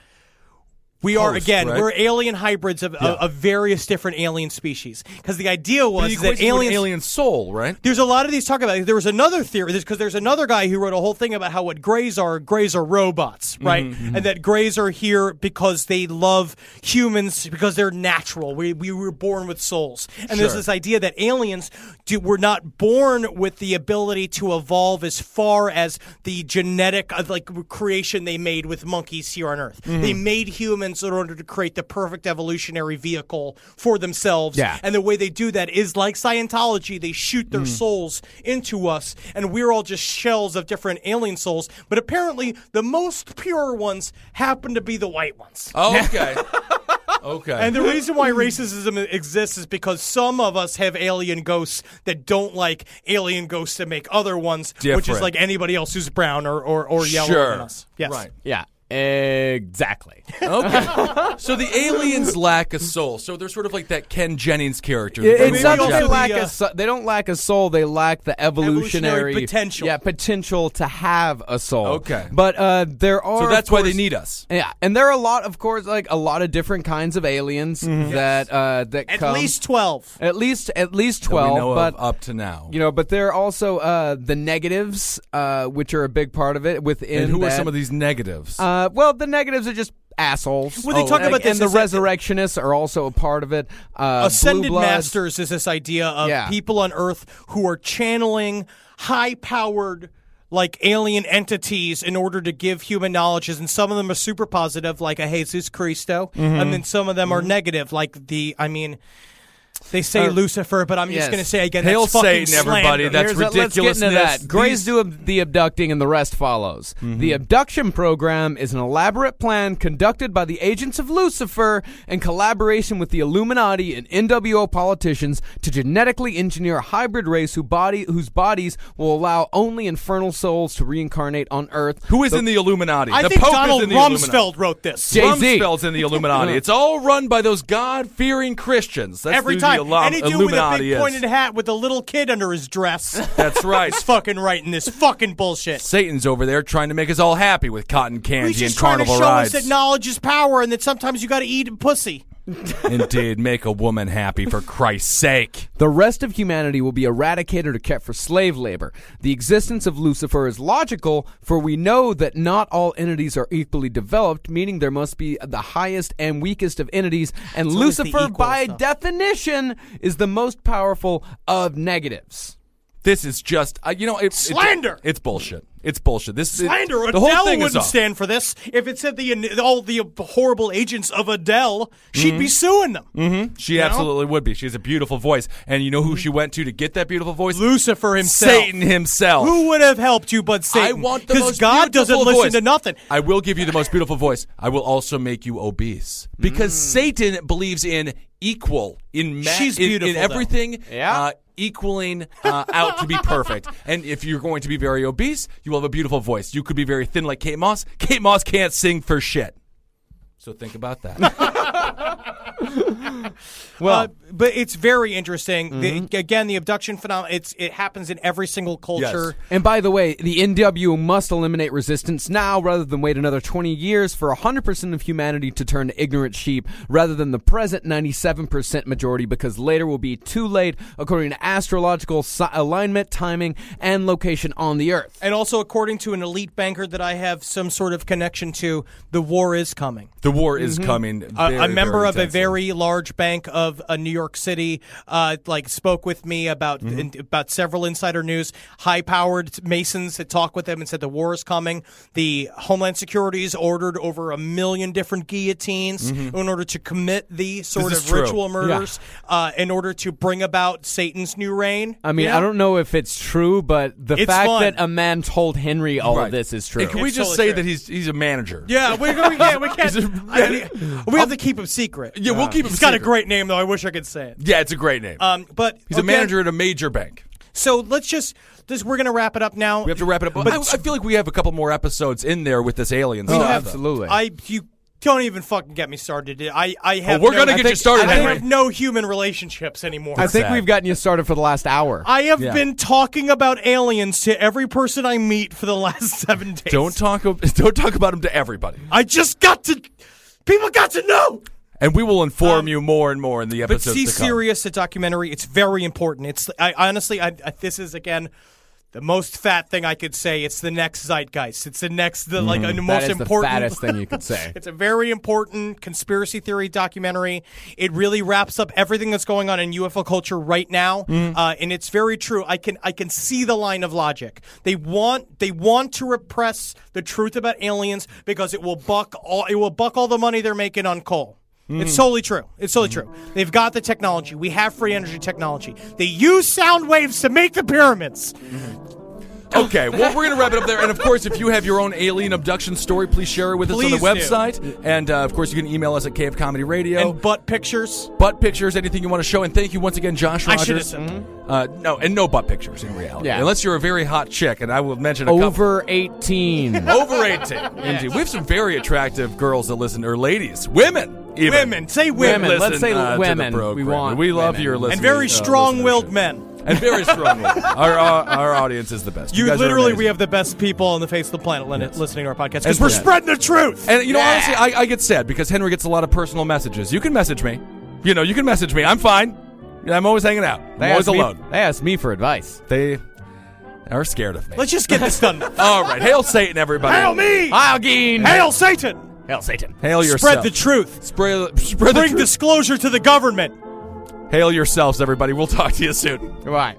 Speaker 1: we are
Speaker 11: Host,
Speaker 1: again
Speaker 11: right?
Speaker 1: we're alien hybrids of, of, of various different alien species because the idea
Speaker 4: But
Speaker 1: was
Speaker 4: he
Speaker 1: that
Speaker 4: equates it with
Speaker 1: aliens
Speaker 4: alien soul, right?
Speaker 1: There's a lot of these talk about. There was another theory because there's another guy who wrote a whole thing about how what Greys are. Greys are robots, right?
Speaker 4: Mhm, mhm.
Speaker 1: And that Greys are here because they love humans because they're natural. We we were born with souls, and there's
Speaker 11: Sure.
Speaker 1: this idea that aliens do, were not born with the ability to evolve as far as the genetic uh, like creation they made with monkeys here on Earth.
Speaker 11: Mhm.
Speaker 1: They made humans in order to create the perfect evolutionary vehicle for themselves.
Speaker 11: Yeah.
Speaker 1: And the way they do that is like Scientology, they shoot their
Speaker 11: Mm.
Speaker 1: souls into us, and we're all just shells of different alien souls. But apparently, the most pure ones happen to be the white ones.
Speaker 4: Oh,
Speaker 1: *laughs*
Speaker 4: okay. okay.
Speaker 1: And the reason why racism exists is because some of us have alien ghosts that don't like alien ghosts that make other ones, which is
Speaker 4: Different.
Speaker 1: like anybody else who's brown or, or, or yellow
Speaker 4: Sure.
Speaker 1: than us. Yes.
Speaker 4: Right.
Speaker 7: Yeah, exactly.
Speaker 4: *laughs*
Speaker 1: *laughs*
Speaker 4: Okay. so the aliens lack a soul. So they're sort of like that Ken Jennings character.
Speaker 7: Yeah, it's
Speaker 4: Maybe
Speaker 7: not
Speaker 4: we
Speaker 7: that they
Speaker 4: also
Speaker 7: lack
Speaker 4: the, uh,
Speaker 7: a so- they don't lack a soul. They lack the evolutionary,
Speaker 4: Evolutionary potential.
Speaker 7: Yeah, potential to have a soul.
Speaker 4: Okay.
Speaker 7: but uh, there are.
Speaker 4: So
Speaker 7: of
Speaker 4: that's why they
Speaker 7: course-
Speaker 4: need us.
Speaker 7: Yeah, and there are a lot, of course, like a lot of different kinds of aliens
Speaker 4: Mm-hmm.
Speaker 7: that uh, that
Speaker 1: At
Speaker 7: come.
Speaker 1: least 12.
Speaker 7: At least at least
Speaker 4: that we
Speaker 7: twelve.
Speaker 4: know of
Speaker 7: but
Speaker 4: up to now.
Speaker 7: you know, but there are also uh, the negatives, uh, which are a big part of it. Within
Speaker 4: And who are
Speaker 7: that-
Speaker 4: some of these negatives?
Speaker 7: Uh, well, the negatives are just assholes.
Speaker 4: Oh,
Speaker 1: Well, they talk
Speaker 7: and-
Speaker 1: about this
Speaker 7: and the
Speaker 1: as a-
Speaker 7: resurrectionists are also a part of it. Uh,
Speaker 1: Ascended
Speaker 7: Blue Bloods.
Speaker 1: Masters is this idea of
Speaker 7: Yeah.
Speaker 1: people on Earth who are channeling high powered like alien entities in order to give human knowledges and some of them are super positive like a Jesus Cristo
Speaker 5: Mhm.
Speaker 1: and then some of them are negative like the I mean they say
Speaker 7: Uh,
Speaker 1: Lucifer but I'm
Speaker 7: yes.
Speaker 1: just going to say again
Speaker 7: Hail
Speaker 1: that's fucking
Speaker 7: Satan, everybody.
Speaker 1: slander.
Speaker 7: Here's a- Let's get into that. Grays do ab- the abducting, and the rest follows. The abduction program is an elaborate plan conducted by the agents of Lucifer in collaboration with the Illuminati and NWO politicians to genetically engineer a hybrid race who body whose bodies will allow only infernal souls to reincarnate on Earth.
Speaker 4: Who is in the Illuminati?
Speaker 7: I
Speaker 4: the
Speaker 7: think
Speaker 4: Pope
Speaker 7: Donald
Speaker 4: is in the
Speaker 7: Rumsfeld
Speaker 4: Illuminati.
Speaker 1: wrote this.
Speaker 7: Jay-Z.
Speaker 4: Rumsfeld's in the Illuminati. It's all run by those God-fearing Christians. That's
Speaker 1: Every
Speaker 4: who
Speaker 1: time,
Speaker 4: the Illum- *laughs*
Speaker 1: any dude
Speaker 4: Illuminati
Speaker 1: with a big
Speaker 4: is.
Speaker 1: pointed hat with a little kid under his dress.
Speaker 4: That's right.
Speaker 1: He's fucking writing this fucking bullshit.
Speaker 4: *laughs* Satan's over there trying to make us all happy with cotton candy
Speaker 1: He's just
Speaker 4: and
Speaker 1: trying to
Speaker 4: carnival
Speaker 1: show
Speaker 4: rides.
Speaker 1: us that knowledge is power and that sometimes you got to eat pussy.
Speaker 4: Indeed, make a woman happy for Christ's sake.
Speaker 7: The rest of humanity will be eradicated or kept for slave labor. The existence of Lucifer is logical, for we know that not all entities are equally developed, meaning there must be the highest and weakest of entities, and
Speaker 1: It's always the
Speaker 7: Lucifer,
Speaker 1: equal
Speaker 7: by
Speaker 1: stuff.
Speaker 7: definition, is the most powerful of negatives.
Speaker 4: This is just, uh, you know, it's
Speaker 1: Slander!
Speaker 4: it's bullshit. It's bullshit. This it-
Speaker 1: Slander.
Speaker 4: the whole
Speaker 1: Adele
Speaker 4: thing is
Speaker 1: wouldn't
Speaker 4: off.
Speaker 1: stand for this. If it said the all the horrible agents of Adele, she'd be suing them.
Speaker 4: Mm-hmm. She
Speaker 1: You know? Mm-hmm.
Speaker 4: absolutely would be. She has a beautiful voice, and you know who she went to to get that beautiful voice?
Speaker 1: Lucifer himself.
Speaker 4: Satan himself.
Speaker 1: Who would have helped you but Satan?
Speaker 4: I want the
Speaker 1: because
Speaker 4: most
Speaker 1: God doesn't
Speaker 4: beautiful
Speaker 1: listen
Speaker 4: voice.
Speaker 1: to nothing.
Speaker 4: I will give you the most beautiful voice. I will also make you obese
Speaker 1: Mm.
Speaker 4: because Satan believes in equal in ma-
Speaker 1: She's
Speaker 4: in- in,
Speaker 1: beautiful, though.
Speaker 4: everything. Uh, equaling uh, out to be
Speaker 1: *laughs*
Speaker 4: perfect. And if you're going to be very obese, you will have a beautiful voice. You could be very thin like Kate Moss. Kate Moss can't sing for shit. So think
Speaker 1: *laughs*
Speaker 4: about that.
Speaker 1: Well, uh, but it's very interesting. The, again, the abduction phenomenon. It's it happens in every single culture.
Speaker 7: And by the way, the NW must eliminate resistance now rather than wait another 20 years for 100% of humanity to turn to ignorant sheep rather than the present 97% majority because later will be too late according to astrological si- alignment, timing, and location on the earth.
Speaker 1: And also, according to an elite banker that I have some sort of connection to, the war is coming.
Speaker 4: the war is
Speaker 1: Mhm.
Speaker 4: coming.
Speaker 1: A-
Speaker 4: very,
Speaker 1: a member
Speaker 4: very
Speaker 1: of a
Speaker 4: intensely.
Speaker 1: very large bank of uh, New York City, uh, like spoke with me about
Speaker 7: Mm-hmm.
Speaker 1: in, about several insider news. High powered Masons had talked with them and said the war is coming. The Homeland Security's ordered over a million different guillotines
Speaker 5: Mhm.
Speaker 1: in order to commit these sort
Speaker 7: Mm-hmm. is
Speaker 1: of
Speaker 7: true.
Speaker 1: ritual
Speaker 7: Yeah.
Speaker 1: murders uh, in order to bring about Satan's new reign.
Speaker 7: I mean,
Speaker 1: Yeah.
Speaker 7: I don't know if it's true, but the
Speaker 1: It's
Speaker 7: fact
Speaker 1: fun.
Speaker 7: that a man told Henry all
Speaker 4: Right.
Speaker 7: of this is true.
Speaker 4: And can we just say that he's he's a manager?
Speaker 1: Yeah, we, we can't. We,
Speaker 4: *laughs*
Speaker 1: can't I mean, we have to keep him secret.
Speaker 4: Oh.
Speaker 1: Uh,
Speaker 4: Yeah, we'll keep him
Speaker 1: He's got a
Speaker 4: secret.
Speaker 1: great name, though. I wish I could say it.
Speaker 4: Yeah, it's a great name.
Speaker 1: Um, but
Speaker 4: he's a
Speaker 1: again-
Speaker 4: manager at a major bank.
Speaker 1: So let's just this. We're gonna wrap it up now.
Speaker 4: We have to wrap it up. But I, I feel like we have a couple more episodes in there with this alien
Speaker 1: We
Speaker 7: Oh,
Speaker 4: stuff.
Speaker 1: have-
Speaker 4: though.
Speaker 1: I you don't even fucking get me started. I I have.
Speaker 4: Oh, we're
Speaker 1: no-
Speaker 4: gonna
Speaker 1: I
Speaker 4: get you
Speaker 1: think-
Speaker 4: started,
Speaker 1: I
Speaker 4: Henry.
Speaker 1: have no human relationships anymore.
Speaker 7: I think we've gotten you started for the last hour.
Speaker 1: I have been talking about aliens to every person I meet for the last *laughs* seven days.
Speaker 4: Don't talk. ab- *laughs* Don't talk about him to everybody.
Speaker 1: I just got to. People got to know.
Speaker 4: And we will inform you more and more in the
Speaker 1: Um, But
Speaker 4: episodes
Speaker 1: see,
Speaker 4: to come.
Speaker 1: serious, the documentary. It's very important. It's I honestly, I, I this is again. The most fat thing I could say, it's the next zeitgeist. It's the next, the like,
Speaker 7: Mhm.
Speaker 1: the
Speaker 7: That
Speaker 1: most
Speaker 7: is the
Speaker 1: important.
Speaker 7: fattest thing you
Speaker 1: *laughs*
Speaker 7: could say.
Speaker 1: it's a very important conspiracy theory documentary. It really wraps up everything that's going on in UFO culture right now,
Speaker 7: Mm-hmm.
Speaker 5: Mhm.
Speaker 1: uh, and it's very true. I can I can see the line of logic. They want they want to repress the truth about aliens because it will buck all it will buck all the money they're making on coal.
Speaker 7: Mm.
Speaker 1: It's totally true. It's totally true. They've got the technology. We have free energy technology. They use sound waves to make the pyramids.
Speaker 4: Okay, well, we're going to wrap it up there. And of course, if you have your own alien abduction story, please share it with us on the
Speaker 1: Please do.
Speaker 4: website. And uh, of course, you can email us at KF Comedy Radio.
Speaker 1: And butt pictures.
Speaker 4: Butt pictures, anything you want to show. And thank you once again, Josh
Speaker 1: I should have
Speaker 4: Rogers.
Speaker 1: said that.
Speaker 4: Uh, no, and no butt pictures in reality.
Speaker 7: Yeah.
Speaker 4: Unless you're a very hot chick, and I will mention a couple.
Speaker 7: Over
Speaker 1: *laughs*
Speaker 7: 18.
Speaker 4: Over 18. Indeed. We have some very attractive girls that listen, or ladies, women. even.
Speaker 1: Women. Say women.
Speaker 4: Listen,
Speaker 1: Let's say
Speaker 4: uh, to the
Speaker 1: women. We
Speaker 4: program.
Speaker 1: want
Speaker 4: We love
Speaker 1: women.
Speaker 4: your
Speaker 1: And
Speaker 4: listeners.
Speaker 1: very
Speaker 4: uh,
Speaker 1: strong-willed
Speaker 4: listenership.
Speaker 1: men.
Speaker 4: And very
Speaker 1: *laughs*
Speaker 4: strong willed. our, our, our audience is the best.
Speaker 1: You,
Speaker 4: guys are
Speaker 1: literally,
Speaker 4: amazing.
Speaker 1: we have the best people on the face of the planet lin- listening to our podcast because
Speaker 4: And-
Speaker 1: we're
Speaker 4: Yeah.
Speaker 1: spreading the truth.
Speaker 4: And you know, honestly, I, I get sad because Henry gets a lot of personal messages. You can message me. You know, you can message me. I'm fine. I'm always hanging out. I'm
Speaker 7: They
Speaker 4: always
Speaker 7: asked me-
Speaker 4: alone.
Speaker 7: they asked me for advice.
Speaker 4: They are *laughs* scared of me.
Speaker 1: Let's just get this done.
Speaker 4: All right. Hail Satan, everybody.
Speaker 1: Hail me!
Speaker 7: Hail Gene!
Speaker 1: Hail Satan!
Speaker 12: Hail Satan.
Speaker 7: Hail yourself.
Speaker 12: Spread the truth.
Speaker 7: Spread, spread
Speaker 12: Bring
Speaker 7: the truth.
Speaker 12: disclosure to the government.
Speaker 7: Hail yourselves, everybody. We'll talk to you soon.
Speaker 13: Goodbye.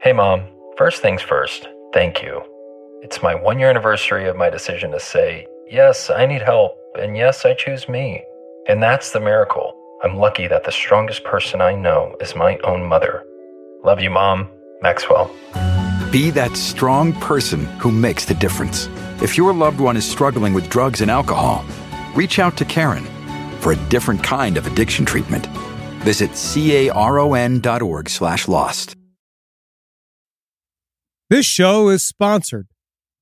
Speaker 4: Hey, Mom. First things first, thank you. It's my one year anniversary of my decision to say, yes, I need help, and yes, I choose me. And that's the miracle. I'm lucky that the strongest person I know is my own mother. Love you, Mom. Maxwell.
Speaker 14: Be that strong person who makes the difference. If your loved one is struggling with drugs and alcohol, reach out to Karen for a different kind of addiction treatment. Visit caron.org slash lost.
Speaker 1: This show is sponsored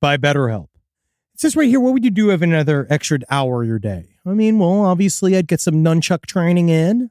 Speaker 1: by BetterHelp. It says right here, what would you do if another extra hour of your day? I mean, well, obviously, I'd get some nunchuck training in.